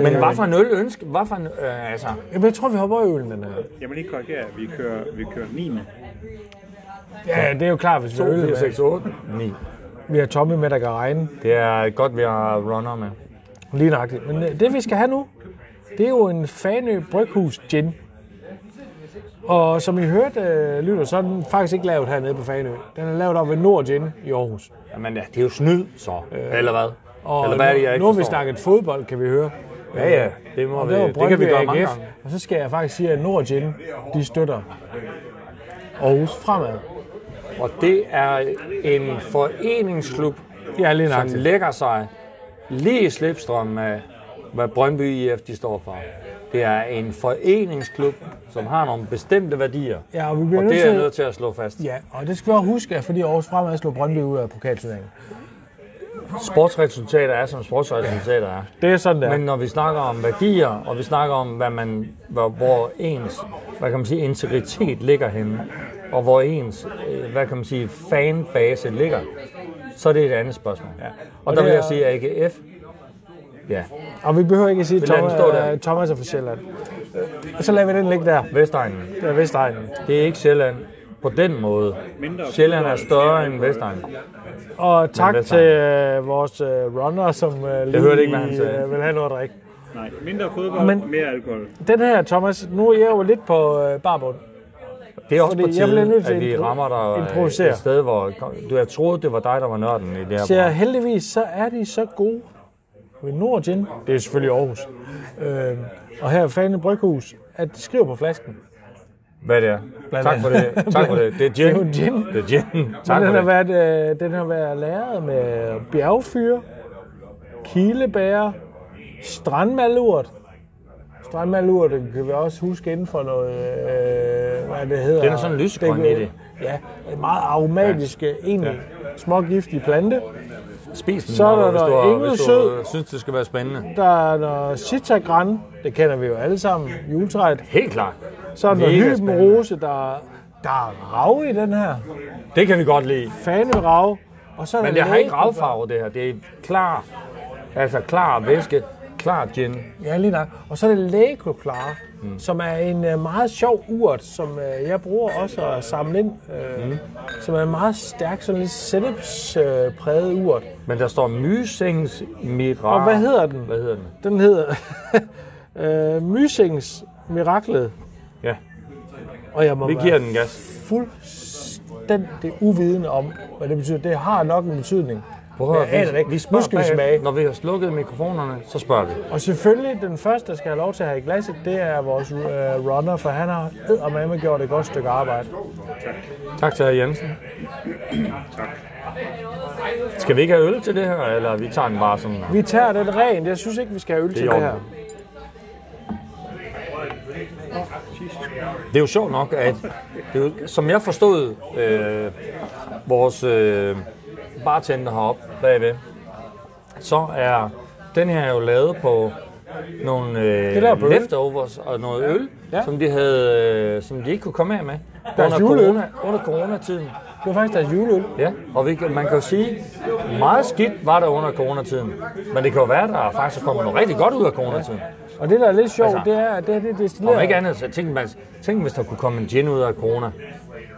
[SPEAKER 2] Men hvad for en øl ønske? Hvad for en, øh, altså,
[SPEAKER 1] jamen, jeg tror, vi hopper over ølen den her.
[SPEAKER 5] Jeg vil lige korrigere, vi kører, vi kører 9 med.
[SPEAKER 1] Ja, det er jo klart, hvis vi
[SPEAKER 2] 2,
[SPEAKER 1] har øl
[SPEAKER 2] 4,
[SPEAKER 1] med.
[SPEAKER 2] 6, 8, 9.
[SPEAKER 1] Vi har Tommy med, der kan regne.
[SPEAKER 2] Det er godt, vi har runner med.
[SPEAKER 1] Lige nøjagtigt. Men øh, det, vi skal have nu, Det er jo en Fanø Bryghus Gin. Og som I hørte, øh, lytter, så er den faktisk ikke lavet hernede på Fanø. Den er lavet op ved Nord Gin i Aarhus.
[SPEAKER 2] Jamen, ja, det er jo snyd, så. Eller hvad?
[SPEAKER 1] Og
[SPEAKER 2] Eller hvad er det, jeg
[SPEAKER 1] nu,
[SPEAKER 2] ikke
[SPEAKER 1] nu har vi
[SPEAKER 2] forstår?
[SPEAKER 1] snakket fodbold, kan vi høre. Øh,
[SPEAKER 2] Ja, ja, det, må
[SPEAKER 1] Og
[SPEAKER 2] vi,
[SPEAKER 1] det, var
[SPEAKER 2] det kan vi gøre mange
[SPEAKER 1] AGF,
[SPEAKER 2] gange.
[SPEAKER 1] Og så skal jeg faktisk sige, at Nordgen, de støtter Aarhus fremad.
[SPEAKER 2] Og det er en foreningsklub,
[SPEAKER 1] Ja, lige
[SPEAKER 2] som
[SPEAKER 1] nøjagtigt.
[SPEAKER 2] lægger sig lige i slipstrømmen af, hvad Brøndby IF de står for. Det er en foreningsklub, som har nogle bestemte værdier.
[SPEAKER 1] Ja, og vi
[SPEAKER 2] Og
[SPEAKER 1] bliver nødt
[SPEAKER 2] det er jeg nødt
[SPEAKER 1] til...
[SPEAKER 2] til at slå fast.
[SPEAKER 1] Ja, og det skal vi også huske, at fordi Aarhus fremad slog Brøndby ud af pokalturneringen.
[SPEAKER 2] Sportsresultater er, som sportsresultater er.
[SPEAKER 1] Det er sådan der.
[SPEAKER 2] Men når vi snakker om værdier, og vi snakker om, hvad man, hvor, hvor ens hvad kan man sige, integritet ligger henne, og hvor ens øh, hvad kan man sige, fanbase ligger, så er det et andet spørgsmål. Ja. Og der
[SPEAKER 1] det
[SPEAKER 2] vil jeg
[SPEAKER 1] er-
[SPEAKER 2] sige, at AGF, ja,
[SPEAKER 1] og vi behøver ikke at sige, at
[SPEAKER 2] Vi lader den stå der.
[SPEAKER 1] Thomas, øh, Thomas er fra Sjælland. Og så lader vi den ligge der.
[SPEAKER 2] Vestegnen,
[SPEAKER 1] Der er Vestegnen.
[SPEAKER 2] det er ikke Sjælland på den måde. Sjælland er større end Vestegnen.
[SPEAKER 1] Og tak
[SPEAKER 2] Vestegnen.
[SPEAKER 1] til øh, vores øh, runner, som øh, lige
[SPEAKER 2] hørte ikke, hvad han sagde.
[SPEAKER 1] øh, vil have noget at drikke.
[SPEAKER 5] Nej, mindre fodbold,
[SPEAKER 1] Men-
[SPEAKER 5] Men... mere alkohol.
[SPEAKER 1] Den her, Thomas, nu er jeg jo lidt på øh, barbund.
[SPEAKER 2] Det er også
[SPEAKER 1] Fordi
[SPEAKER 2] på
[SPEAKER 1] jeg bliver nødt
[SPEAKER 2] tide,
[SPEAKER 1] til
[SPEAKER 2] at vi
[SPEAKER 1] at impro-
[SPEAKER 2] rammer dig øh,
[SPEAKER 1] improvisere.
[SPEAKER 2] et sted, hvor... Du, jeg troede, det var dig, der var nørden i det her
[SPEAKER 1] Så
[SPEAKER 2] program.
[SPEAKER 1] heldigvis, så er de så gode ved Nordgen, det er selvfølgelig Aarhus, øh, og her i Fane Bryghus, at de skriver på flasken.
[SPEAKER 2] Hvad det er?
[SPEAKER 1] Blandt
[SPEAKER 2] Tak for
[SPEAKER 1] andet.
[SPEAKER 2] det. Tak for det. Det er
[SPEAKER 1] Det er jo
[SPEAKER 2] gin.
[SPEAKER 1] gin.
[SPEAKER 2] Det er gin.
[SPEAKER 1] Tak
[SPEAKER 2] Tak
[SPEAKER 1] den,
[SPEAKER 2] for
[SPEAKER 1] har
[SPEAKER 2] det.
[SPEAKER 1] været, øh, den har været læret med bjergfyr, kilebærer, strandmalurt. Strandmalurt det kan vi også huske inden for noget, øh, hvad det hedder.
[SPEAKER 2] Den er sådan lysgrøn i det.
[SPEAKER 1] Ja, en meget aromatisk, ja. egentlig smågiftig plante.
[SPEAKER 2] Spis den,
[SPEAKER 1] Så er der
[SPEAKER 2] Marco, hvis du,
[SPEAKER 1] noget
[SPEAKER 2] har- hvis du
[SPEAKER 1] englesød.
[SPEAKER 2] øh, synes, det skal være spændende.
[SPEAKER 1] Der er noget citagran, det kender vi jo alle sammen, juletræet.
[SPEAKER 2] Helt klart.
[SPEAKER 1] Så er der
[SPEAKER 2] Mega
[SPEAKER 1] hyben
[SPEAKER 2] spændende.
[SPEAKER 1] rose, der, der er rav i den her.
[SPEAKER 2] Det kan vi godt lide.
[SPEAKER 1] Fane rav. Og så er
[SPEAKER 2] Men
[SPEAKER 1] der
[SPEAKER 2] det har ikke
[SPEAKER 1] lægekopier.
[SPEAKER 2] ravfarve, det her. Det er klar, altså klar væske, klar gin.
[SPEAKER 1] Ja, lige nok. Og så er det lægekoklare, mm. som er en øh, meget sjov urt, som øh, jeg bruger også at samle ind. Øh, mm. Som er en meget stærk, sådan lidt sennepspræget øh, præget urt.
[SPEAKER 2] Men der står mysings mirar.
[SPEAKER 1] Og hvad hedder den?
[SPEAKER 2] Hvad hedder den?
[SPEAKER 1] Den hedder øh, Mysings Miraklet.
[SPEAKER 2] Ja,
[SPEAKER 1] Og jeg må
[SPEAKER 2] vi
[SPEAKER 1] være
[SPEAKER 2] giver den gas.
[SPEAKER 1] fuldstændig uvidende om, hvad det betyder. Det har nok en betydning.
[SPEAKER 2] Prøv at
[SPEAKER 1] Jeg aner
[SPEAKER 2] høre,
[SPEAKER 1] det
[SPEAKER 2] vi,
[SPEAKER 1] ikke.
[SPEAKER 2] vi
[SPEAKER 1] Nu skal vi
[SPEAKER 2] spørger
[SPEAKER 1] smage.
[SPEAKER 2] bag, når vi har slukket mikrofonerne, så spørger vi.
[SPEAKER 1] Og selvfølgelig, den første, der skal have lov til at have i glasset, det er vores øh, runner, for han har eddermame gjort et godt stykke arbejde.
[SPEAKER 2] Tak til hr. Jensen. Skal vi ikke have øl til det her, eller vi tager den bare sådan?
[SPEAKER 1] Vi tager den rent. Jeg synes ikke, vi skal have øl til
[SPEAKER 2] i
[SPEAKER 1] det
[SPEAKER 2] orden.
[SPEAKER 1] her.
[SPEAKER 2] Det er jo sjovt nok, at det er jo, som jeg forstod øh, vores øh, bartender heroppe bagved, så er den her jo lavet på nogle øh,
[SPEAKER 1] Det der er bøl.
[SPEAKER 2] leftovers og noget øl,
[SPEAKER 1] Ja.
[SPEAKER 2] ja. som, de havde, øh, som de ikke kunne komme af med
[SPEAKER 1] Deres
[SPEAKER 2] under,
[SPEAKER 1] juleøl.
[SPEAKER 2] corona, under coronatiden.
[SPEAKER 1] Det var faktisk deres juleøl.
[SPEAKER 2] Ja, og vi, kan- man kan jo sige, meget skidt var der under coronatiden, men det kan jo være, der faktisk er kommet noget rigtig godt ud af coronatiden.
[SPEAKER 1] Og det, der er lidt sjovt,
[SPEAKER 2] Altså.
[SPEAKER 1] det er, at det her det er
[SPEAKER 2] Om
[SPEAKER 1] destilleret.
[SPEAKER 2] ikke andet, så tænk, man, tænk, hvis der kunne komme en gin ud af corona.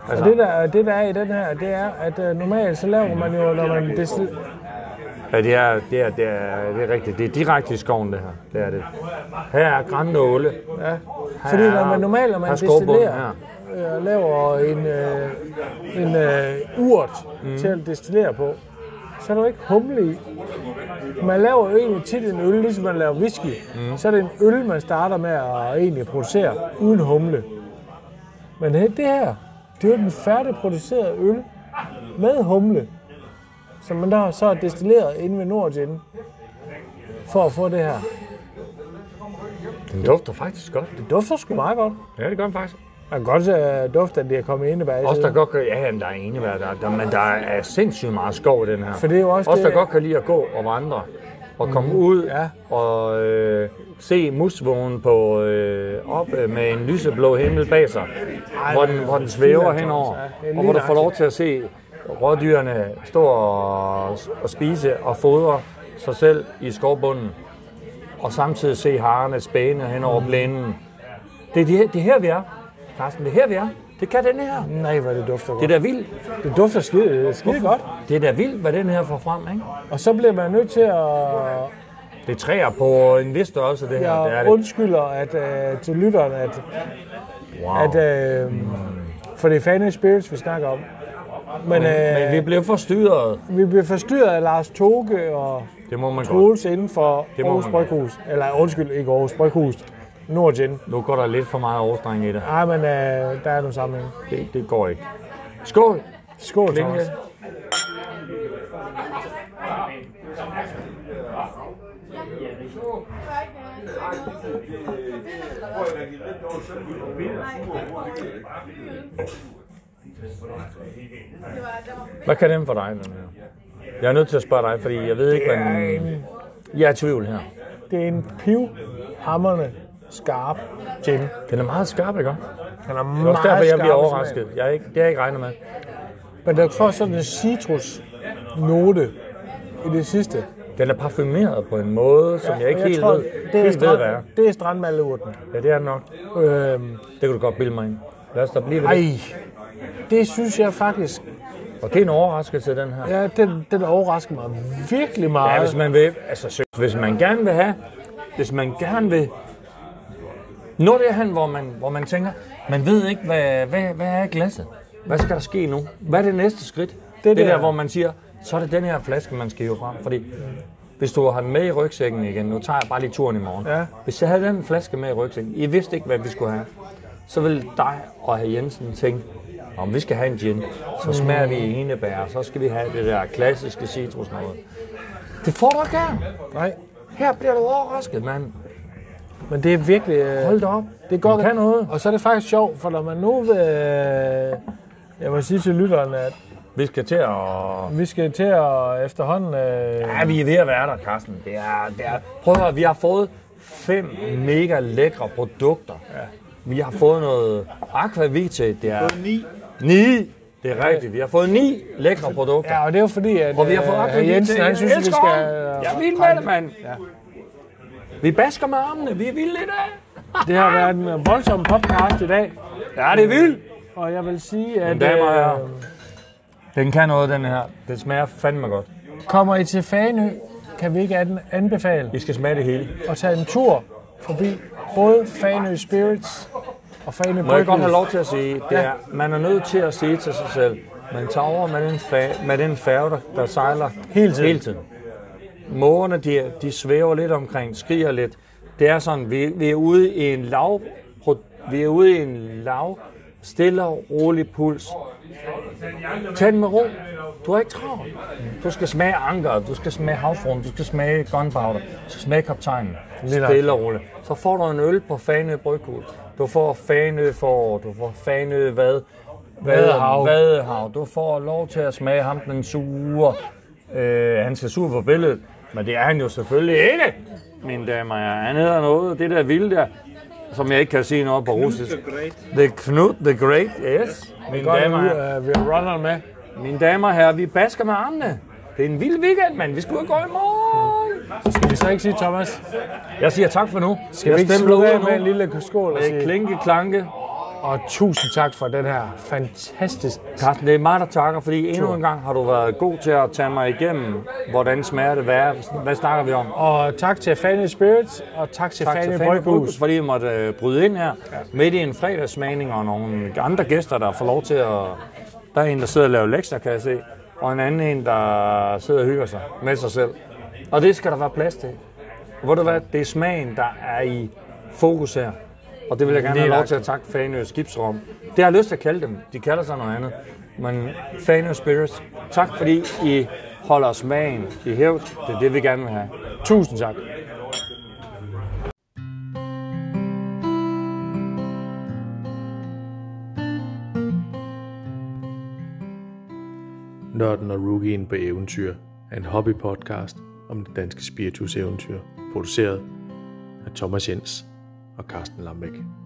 [SPEAKER 2] altså.
[SPEAKER 1] Og det der, det, der er i den her, det er, at øh, normalt så laver man jo, når man destill...
[SPEAKER 2] Ja, det er, det er, det er, det er rigtigt. Det er direkte i skoven, det her. Det er det. Her er grandåle.
[SPEAKER 1] Ja. Fordi når man normalt, når man
[SPEAKER 2] Her er skovbunden
[SPEAKER 1] destillerer, øh, laver en, øh, en øh, urt mm. til at destillere på, så er der jo ikke humle i. Man laver jo egentlig tit en øl, ligesom man laver whisky. Mm. Så er det en øl, man starter med at egentlig producere, uden humle. Men he- det her, det er jo den færdigproducerede øl med humle, som man der så har destilleret inde ved Nordgen, for at få det her.
[SPEAKER 2] Den dufter faktisk godt.
[SPEAKER 1] Det dufter sgu meget godt.
[SPEAKER 2] Ja, det gør den faktisk.
[SPEAKER 1] Man kan godt se duften, at det er kommet ind i bag.
[SPEAKER 2] Også der godt kan, ja, jamen, der er enevær, der, der, men der er sindssygt meget skov i den her.
[SPEAKER 1] For det er jo også
[SPEAKER 2] også der
[SPEAKER 1] det- Mm,
[SPEAKER 2] godt kan lide at gå og vandre og komme ud
[SPEAKER 1] ja.
[SPEAKER 2] og øh, se musvågen på øh, op øh, med en lyseblå himmel bag sig, Ej, hvor, den, hvor den svæver
[SPEAKER 1] Thomas.
[SPEAKER 2] henover,
[SPEAKER 1] Ja, det er
[SPEAKER 2] ja,
[SPEAKER 1] lige
[SPEAKER 2] og hvor du får
[SPEAKER 1] nøjagtigt.
[SPEAKER 2] lov til at se rådyrene stå og, og spise og fodre sig selv i skovbunden, og samtidig se harerne spæne hen
[SPEAKER 1] Mm.
[SPEAKER 2] over blænden. Det er, det, her- det er her, vi er, Carsten. Det er her, vi er. Det kan den her.
[SPEAKER 1] Nej, hvor det dufter godt.
[SPEAKER 2] Det er da vildt.
[SPEAKER 1] det dufter skide, skide godt.
[SPEAKER 2] Det er da vildt, hvad den her får frem, ikke?
[SPEAKER 1] Og så bliver man nødt til at,
[SPEAKER 2] Det er træer på en vis størrelse, det her. det er
[SPEAKER 1] Jeg
[SPEAKER 2] det.
[SPEAKER 1] undskylder at, øh, til lytteren, at,
[SPEAKER 2] Wow.
[SPEAKER 1] at, øh, for det er Fanny Spirits, vi snakker om. Men,
[SPEAKER 2] Men vi
[SPEAKER 1] øh,
[SPEAKER 2] blev forstyrret.
[SPEAKER 1] vi blev forstyrret af Lars Toge og
[SPEAKER 2] Det må man godt.
[SPEAKER 1] Troels inden for
[SPEAKER 2] Det må
[SPEAKER 1] Aarhus
[SPEAKER 2] man godt.
[SPEAKER 1] Bryghus. Eller undskyld, ikke Aarhus Bryghus. Nordgen.
[SPEAKER 2] Nu går der lidt for meget overstreng i det.
[SPEAKER 1] Nej, men øh, der er nogle sammenhæng.
[SPEAKER 2] det. Det går ikke. Skål!
[SPEAKER 1] Skål,
[SPEAKER 2] Klinke.
[SPEAKER 1] Thomas.
[SPEAKER 2] Hvad kan den for dig, den her? Jeg er nødt til at spørge dig, fordi jeg ved ikke, hvordan... Jeg er i tvivl her.
[SPEAKER 1] Det er en pivhammerne skarp gin.
[SPEAKER 2] Den er meget skarp, ikke?
[SPEAKER 1] Han er
[SPEAKER 2] Det er
[SPEAKER 1] meget
[SPEAKER 2] også derfor, jeg bliver
[SPEAKER 1] skarp i
[SPEAKER 2] overrasket. Jeg er ikke, det har jeg ikke regnet med.
[SPEAKER 1] smagen. Men der får sådan en citrusnote i det sidste.
[SPEAKER 2] Den er parfumeret på en måde, som jeg ikke
[SPEAKER 1] Og
[SPEAKER 2] helt
[SPEAKER 1] tror,
[SPEAKER 2] ved, helt ved, hvad er.
[SPEAKER 1] det er strandmalleurten.
[SPEAKER 2] Ja, det er det nok.
[SPEAKER 1] Øhm,
[SPEAKER 2] Det kan du godt bilde mig ind. Lad os da blive ved
[SPEAKER 1] ej,
[SPEAKER 2] det.
[SPEAKER 1] det synes jeg faktisk,
[SPEAKER 2] Og det er en overraskelse, den her.
[SPEAKER 1] ja, den, den overrasker mig virkelig meget.
[SPEAKER 2] Ja, hvis man vil, altså seriøst, hvis man gerne vil have, hvis man gerne vil nå derhen, hvor man, hvor man tænker, man ved ikke, hvad, hvad, hvad er glasset? Hvad skal der ske nu? Hvad er det næste skridt? Det, det
[SPEAKER 1] der.
[SPEAKER 2] der, hvor man siger, så er det den her flaske, man skal hive frem. Fordi hvis du har den med i rygsækken igen, nu tager jeg bare lige turen i morgen.
[SPEAKER 1] Ja.
[SPEAKER 2] Hvis jeg havde den flaske med i rygsækken, I vidste ikke, hvad vi skulle have, så ville dig og herr Jensen tænke, om vi skal have en gin, så smager vi enebær, så skal vi have det der klassiske citrus noget. Det får du ikke her.
[SPEAKER 1] Nej,
[SPEAKER 2] Her bliver du overrasket, mand.
[SPEAKER 1] men det er virkelig... øh,
[SPEAKER 2] Hold da op.
[SPEAKER 1] Det går
[SPEAKER 2] Den kan noget.
[SPEAKER 1] Og så er det faktisk sjovt, for når man nu... Øh, jeg må sige til lytteren, at
[SPEAKER 2] Vi skal til at...
[SPEAKER 1] vi skal til at efterhånden... Øh,
[SPEAKER 2] Ja, vi er ved at være der, Carsten. Det er, det er... Prøv at høre, vi har fået fem mega lækre produkter. Ja. Vi har fået noget aqua vitae. Det er...
[SPEAKER 5] Ni.
[SPEAKER 2] Ni! Det er rigtigt. Vi har fået ni lækre produkter.
[SPEAKER 1] Ja, og det er jo fordi, at
[SPEAKER 2] Og vi har fået
[SPEAKER 1] øh,
[SPEAKER 2] aqua
[SPEAKER 1] hr.
[SPEAKER 2] vitae.
[SPEAKER 1] Jensen, han
[SPEAKER 2] Jeg
[SPEAKER 1] synes, at vi
[SPEAKER 2] elsker
[SPEAKER 1] skal...
[SPEAKER 2] ham. Jeg er vild med det, mand. Ja. Vi basker med armene. Vi er vilde i dag.
[SPEAKER 1] Det har været en øh, voldsom podcast i dag,
[SPEAKER 2] Ja, det er vildt.
[SPEAKER 1] og jeg vil sige, at
[SPEAKER 2] damer og
[SPEAKER 1] øh,
[SPEAKER 2] herrer. Den kan noget, den her. Den smager fandme godt.
[SPEAKER 1] kommer I til Fanø, kan vi ikke an- anbefale
[SPEAKER 2] I skal smage det hele.
[SPEAKER 1] at tage en tur forbi både Fanø Spirits og Fanø
[SPEAKER 2] Må jeg
[SPEAKER 1] Bryghus.
[SPEAKER 2] godt have lov til at sige, det er, man er nødt til at sige til sig selv, man tager over med den, fa- med den færge, der, der sejler hele tiden. Hele tiden. Mågerne, de, de svæver lidt omkring, skriger lidt. Det er sådan, vi, vi er ude i en lav, pro- vi er ude i en lav, stille og rolig puls. Tag den med ro. Du har ikke travlt. Du skal smage ankeret, du skal smage havfruen, du skal smage gunpowder, du skal smage kaptajnen. Stille og roligt. Så får du en øl på Fanø Bryghus. Du får Fanø forår, du får Fanø hvad?
[SPEAKER 1] Vadehav.
[SPEAKER 2] Vadehav. Du får lov til at smage ham den sure. Øh, han ser sur på billedet, men det er han jo selvfølgelig ikke. Mine damer og herrer, han hedder noget, det der vilde der, som jeg ikke kan sige noget på russisk. The Knut the Great, yes. Mine
[SPEAKER 1] Godt, at
[SPEAKER 2] damer og
[SPEAKER 1] vi,
[SPEAKER 2] herrer.
[SPEAKER 1] øh, vi har runner med.
[SPEAKER 2] Mine damer og herrer, vi basker med armene. Det er en vild weekend, mand. Vi skulle have gået i morgen.
[SPEAKER 1] Skal vi så ikke sige, Thomas?
[SPEAKER 2] Jeg siger tak for nu.
[SPEAKER 1] Skal
[SPEAKER 2] jeg
[SPEAKER 1] vi ikke
[SPEAKER 2] stempler
[SPEAKER 1] slutte af
[SPEAKER 2] nu.
[SPEAKER 1] med en lille skål og
[SPEAKER 2] Med
[SPEAKER 1] sige...
[SPEAKER 2] klinke, klanke.
[SPEAKER 1] Og tusind tak for den her fantastisk...
[SPEAKER 2] Carsten, det er mig, der takker, fordi endnu en gang har du været god til at tage mig igennem, hvordan smager det, hvad, er- hvad snakker vi om?
[SPEAKER 1] Og tak til Fanø Spirits, og tak til
[SPEAKER 2] Tak til
[SPEAKER 1] Fanø
[SPEAKER 2] Fanny
[SPEAKER 1] Bryghus.
[SPEAKER 2] Bryghus, fordi I måtte øh, bryde ind her midt i en fredagsmagning, og nogle andre gæster, der får lov til at... Der er en, der sidder og laver lektier, kan jeg se, og en anden en, der sidder og hygger sig med sig selv. Og det skal der være plads til. Og ved du hvad, det er smagen, der er i fokus her. Og det vil jeg gerne have lov til at takke Fanø Skibsrum. Det har jeg lyst til at kalde dem. De kalder sig noget andet. Men Fanø Spirits, tak fordi I holder smagen i hævd. Det er det, vi gerne vil have.
[SPEAKER 1] Tusind tak.
[SPEAKER 6] Nørden og Rookien på Eventyr er en hobbypodcast om det danske spiritus-eventyr, produceret af Thomas Jens og Carsten Lambæk.